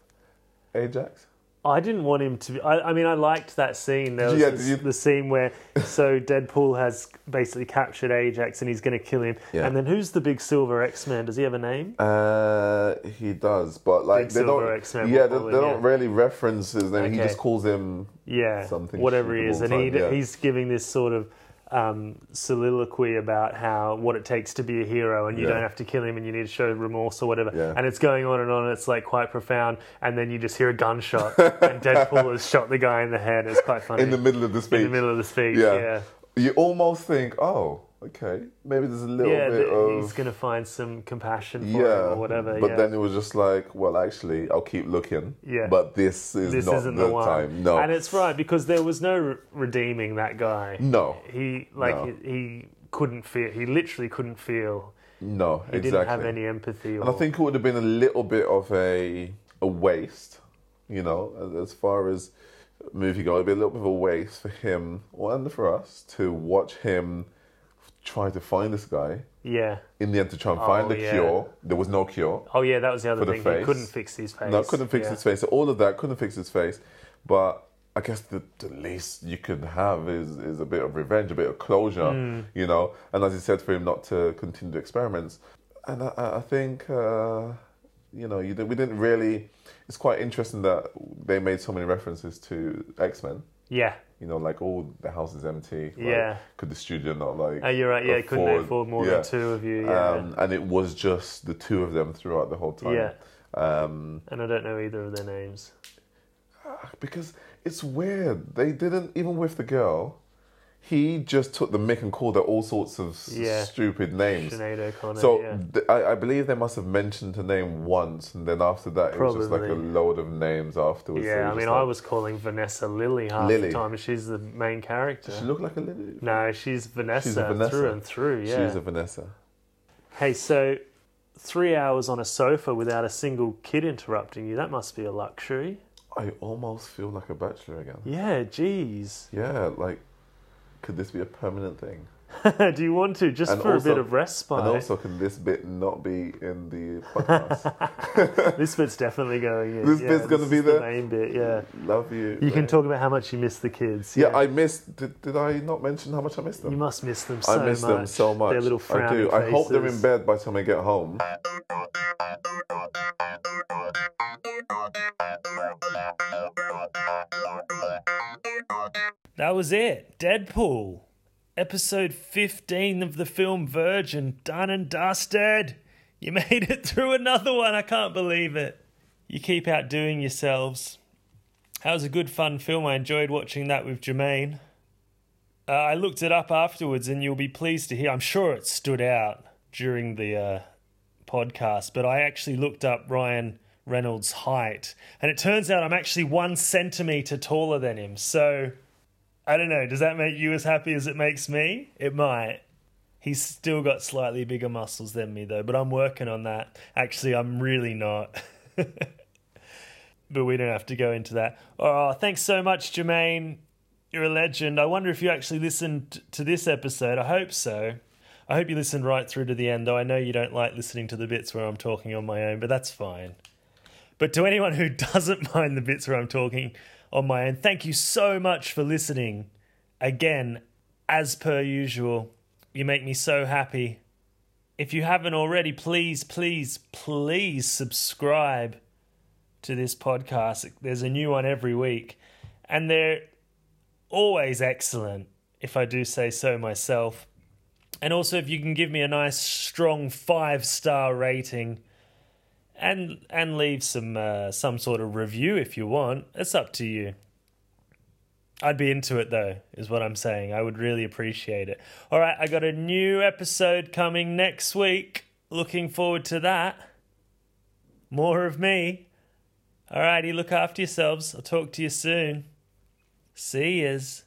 Speaker 2: Ajax?
Speaker 1: I didn't want him to. Be, I, I mean, I liked that scene. There was
Speaker 2: Yeah,
Speaker 1: this-
Speaker 2: did you-
Speaker 1: the scene where so Deadpool has basically captured Ajax and he's going to kill him.
Speaker 2: Yeah.
Speaker 1: And then who's the big silver X Man? Does he have a name?
Speaker 2: Uh, he does, but like
Speaker 1: Big
Speaker 2: they don't.
Speaker 1: Silver X-Men
Speaker 2: yeah, they,
Speaker 1: Wolverine,
Speaker 2: they don't
Speaker 1: yeah.
Speaker 2: really reference his name. He
Speaker 1: Okay.
Speaker 2: just calls him
Speaker 1: yeah,
Speaker 2: something
Speaker 1: whatever
Speaker 2: stupid
Speaker 1: he is,
Speaker 2: all
Speaker 1: and
Speaker 2: the
Speaker 1: he
Speaker 2: time, yeah.
Speaker 1: he's giving this sort of um, soliloquy about how what it takes to be a hero, and you
Speaker 2: Yeah.
Speaker 1: don't have to kill him, and you need to show remorse or whatever.
Speaker 2: Yeah.
Speaker 1: And it's going on and on. And it's like quite profound, and then you just hear a gunshot, and Deadpool has shot the guy in the head. It's quite funny
Speaker 2: in the middle of the speech.
Speaker 1: In the middle of the speech,
Speaker 2: yeah.
Speaker 1: yeah.
Speaker 2: You almost think, oh, okay, maybe there's a little
Speaker 1: Yeah,
Speaker 2: bit
Speaker 1: that
Speaker 2: of
Speaker 1: he's going to find some compassion for
Speaker 2: yeah,
Speaker 1: him or whatever.
Speaker 2: But
Speaker 1: yeah.
Speaker 2: then it was just like, well, actually, I'll keep looking.
Speaker 1: Yeah.
Speaker 2: But this is
Speaker 1: this
Speaker 2: not
Speaker 1: isn't
Speaker 2: the,
Speaker 1: the, one.
Speaker 2: time. No.
Speaker 1: And it's right because there was no re- redeeming that guy.
Speaker 2: no.
Speaker 1: He like
Speaker 2: No.
Speaker 1: he, he couldn't feel. He literally couldn't feel.
Speaker 2: No.
Speaker 1: He
Speaker 2: exactly.
Speaker 1: didn't have any empathy. Or,
Speaker 2: And I think it would have been a little bit of a a waste, you know, as, as far as movie goer, it'd be a little bit of a waste for him well, and for us to watch him try to find this guy.
Speaker 8: Yeah.
Speaker 2: In the end, to try and find the
Speaker 8: yeah.
Speaker 2: cure, there was no cure.
Speaker 8: Oh yeah, that was the other
Speaker 2: For the
Speaker 8: thing. He
Speaker 2: face.
Speaker 8: couldn't fix his face.
Speaker 2: No, couldn't fix
Speaker 8: Yeah.
Speaker 2: his face. So all of that couldn't fix his face. But I guess the, the least you can have is, is a bit of revenge, a bit of closure,
Speaker 8: Mm.
Speaker 2: you know. And as you said, for him not to continue the experiments. And I- I, I think, uh, you know, you, did- we didn't really. It's quite interesting that they made so many references to X Men.
Speaker 8: Yeah.
Speaker 2: You know, like, oh, the house is empty. Like,
Speaker 8: Yeah.
Speaker 2: Could the studio not like?
Speaker 8: Oh, you're right, yeah, couldn't they afford more than
Speaker 2: yeah.
Speaker 8: two of you, yeah.
Speaker 2: Um, and it was just the two of them throughout the whole time.
Speaker 8: Yeah.
Speaker 2: Um,
Speaker 8: And I don't know either of their names.
Speaker 2: because it's weird. They didn't even with the girl. He just took the mick and called her all sorts of s-
Speaker 8: Yeah.
Speaker 2: stupid names.
Speaker 8: Sinead O'Connor.
Speaker 2: So
Speaker 8: yeah.
Speaker 2: th- I, I believe they must have mentioned her name once, and then after that, it was just like a
Speaker 8: Probably.
Speaker 2: load of names afterwards. So it
Speaker 8: Yeah, I
Speaker 2: just
Speaker 8: mean,
Speaker 2: like-
Speaker 8: I was calling Vanessa Lily half
Speaker 2: Lily.
Speaker 8: the time. She's the main character.
Speaker 2: She looked like a lily.
Speaker 8: no, she's Vanessa,
Speaker 2: She's a Vanessa
Speaker 8: uh, through and through. Yeah.
Speaker 2: She's a Vanessa.
Speaker 8: Hey, so three hours on a sofa without a single kid interrupting you—that must be a luxury.
Speaker 2: I almost feel like a bachelor again.
Speaker 8: Yeah, geez.
Speaker 2: Yeah, like, could this be a permanent thing?
Speaker 8: Do you want to just for a bit of respite?
Speaker 2: And also, can this bit not be in the podcast?
Speaker 8: this bit's definitely going in.
Speaker 2: This
Speaker 8: yeah,
Speaker 2: bit's gonna
Speaker 8: is
Speaker 2: be
Speaker 8: the
Speaker 2: there.
Speaker 8: main bit. Yeah,
Speaker 2: Love you.
Speaker 8: you can
Speaker 2: babe.
Speaker 8: talk about how much you miss the kids.
Speaker 2: Yeah, I missed. Did, did I not mention how much I missed them?
Speaker 8: you must miss them
Speaker 2: I
Speaker 8: so
Speaker 2: miss
Speaker 8: much.
Speaker 2: them so much.
Speaker 8: Their little
Speaker 2: I
Speaker 8: frowny
Speaker 2: do. I hope they're in
Speaker 8: faces.
Speaker 2: bed by the time I get home.
Speaker 1: That was it. Deadpool. Episode 15 of the film Virgin. Done and dusted. You made it through another one. I can't believe it. You keep outdoing yourselves. That was a good, fun film. I enjoyed watching that with Jermaine. Uh, I looked it up afterwards, and you'll be pleased to hear. I'm sure it stood out during the uh, podcast, but I actually looked up Ryan Reynolds' height, and it turns out I'm actually one centimeter taller than him. So. I don't know. Does that make you as happy as it makes me? It might. He's still got slightly bigger muscles than me, though, but I'm working on that. Actually, I'm really not. but we don't have to go into that. Oh, thanks so much, Jermaine. You're a legend. I wonder if you actually listened to this episode. I hope so. I hope you listened right through to the end, though I know you don't like listening to the bits where I'm talking on my own, but that's fine. But to anyone who doesn't mind the bits where I'm talking on my own, thank you so much for listening. Again, as per usual, you make me so happy. If you haven't already, please, please, please subscribe to this podcast. There's a new one every week, and they're always excellent, if I do say so myself. And also, if you can give me a nice, strong five star rating and and leave some uh, some sort of review if you want. It's up to you. I'd be into it though, is what I'm saying. I would really appreciate it. All right, I got a new episode coming next week. Looking forward to that. More of me. All righty, look after yourselves. I'll talk to you soon. See yous.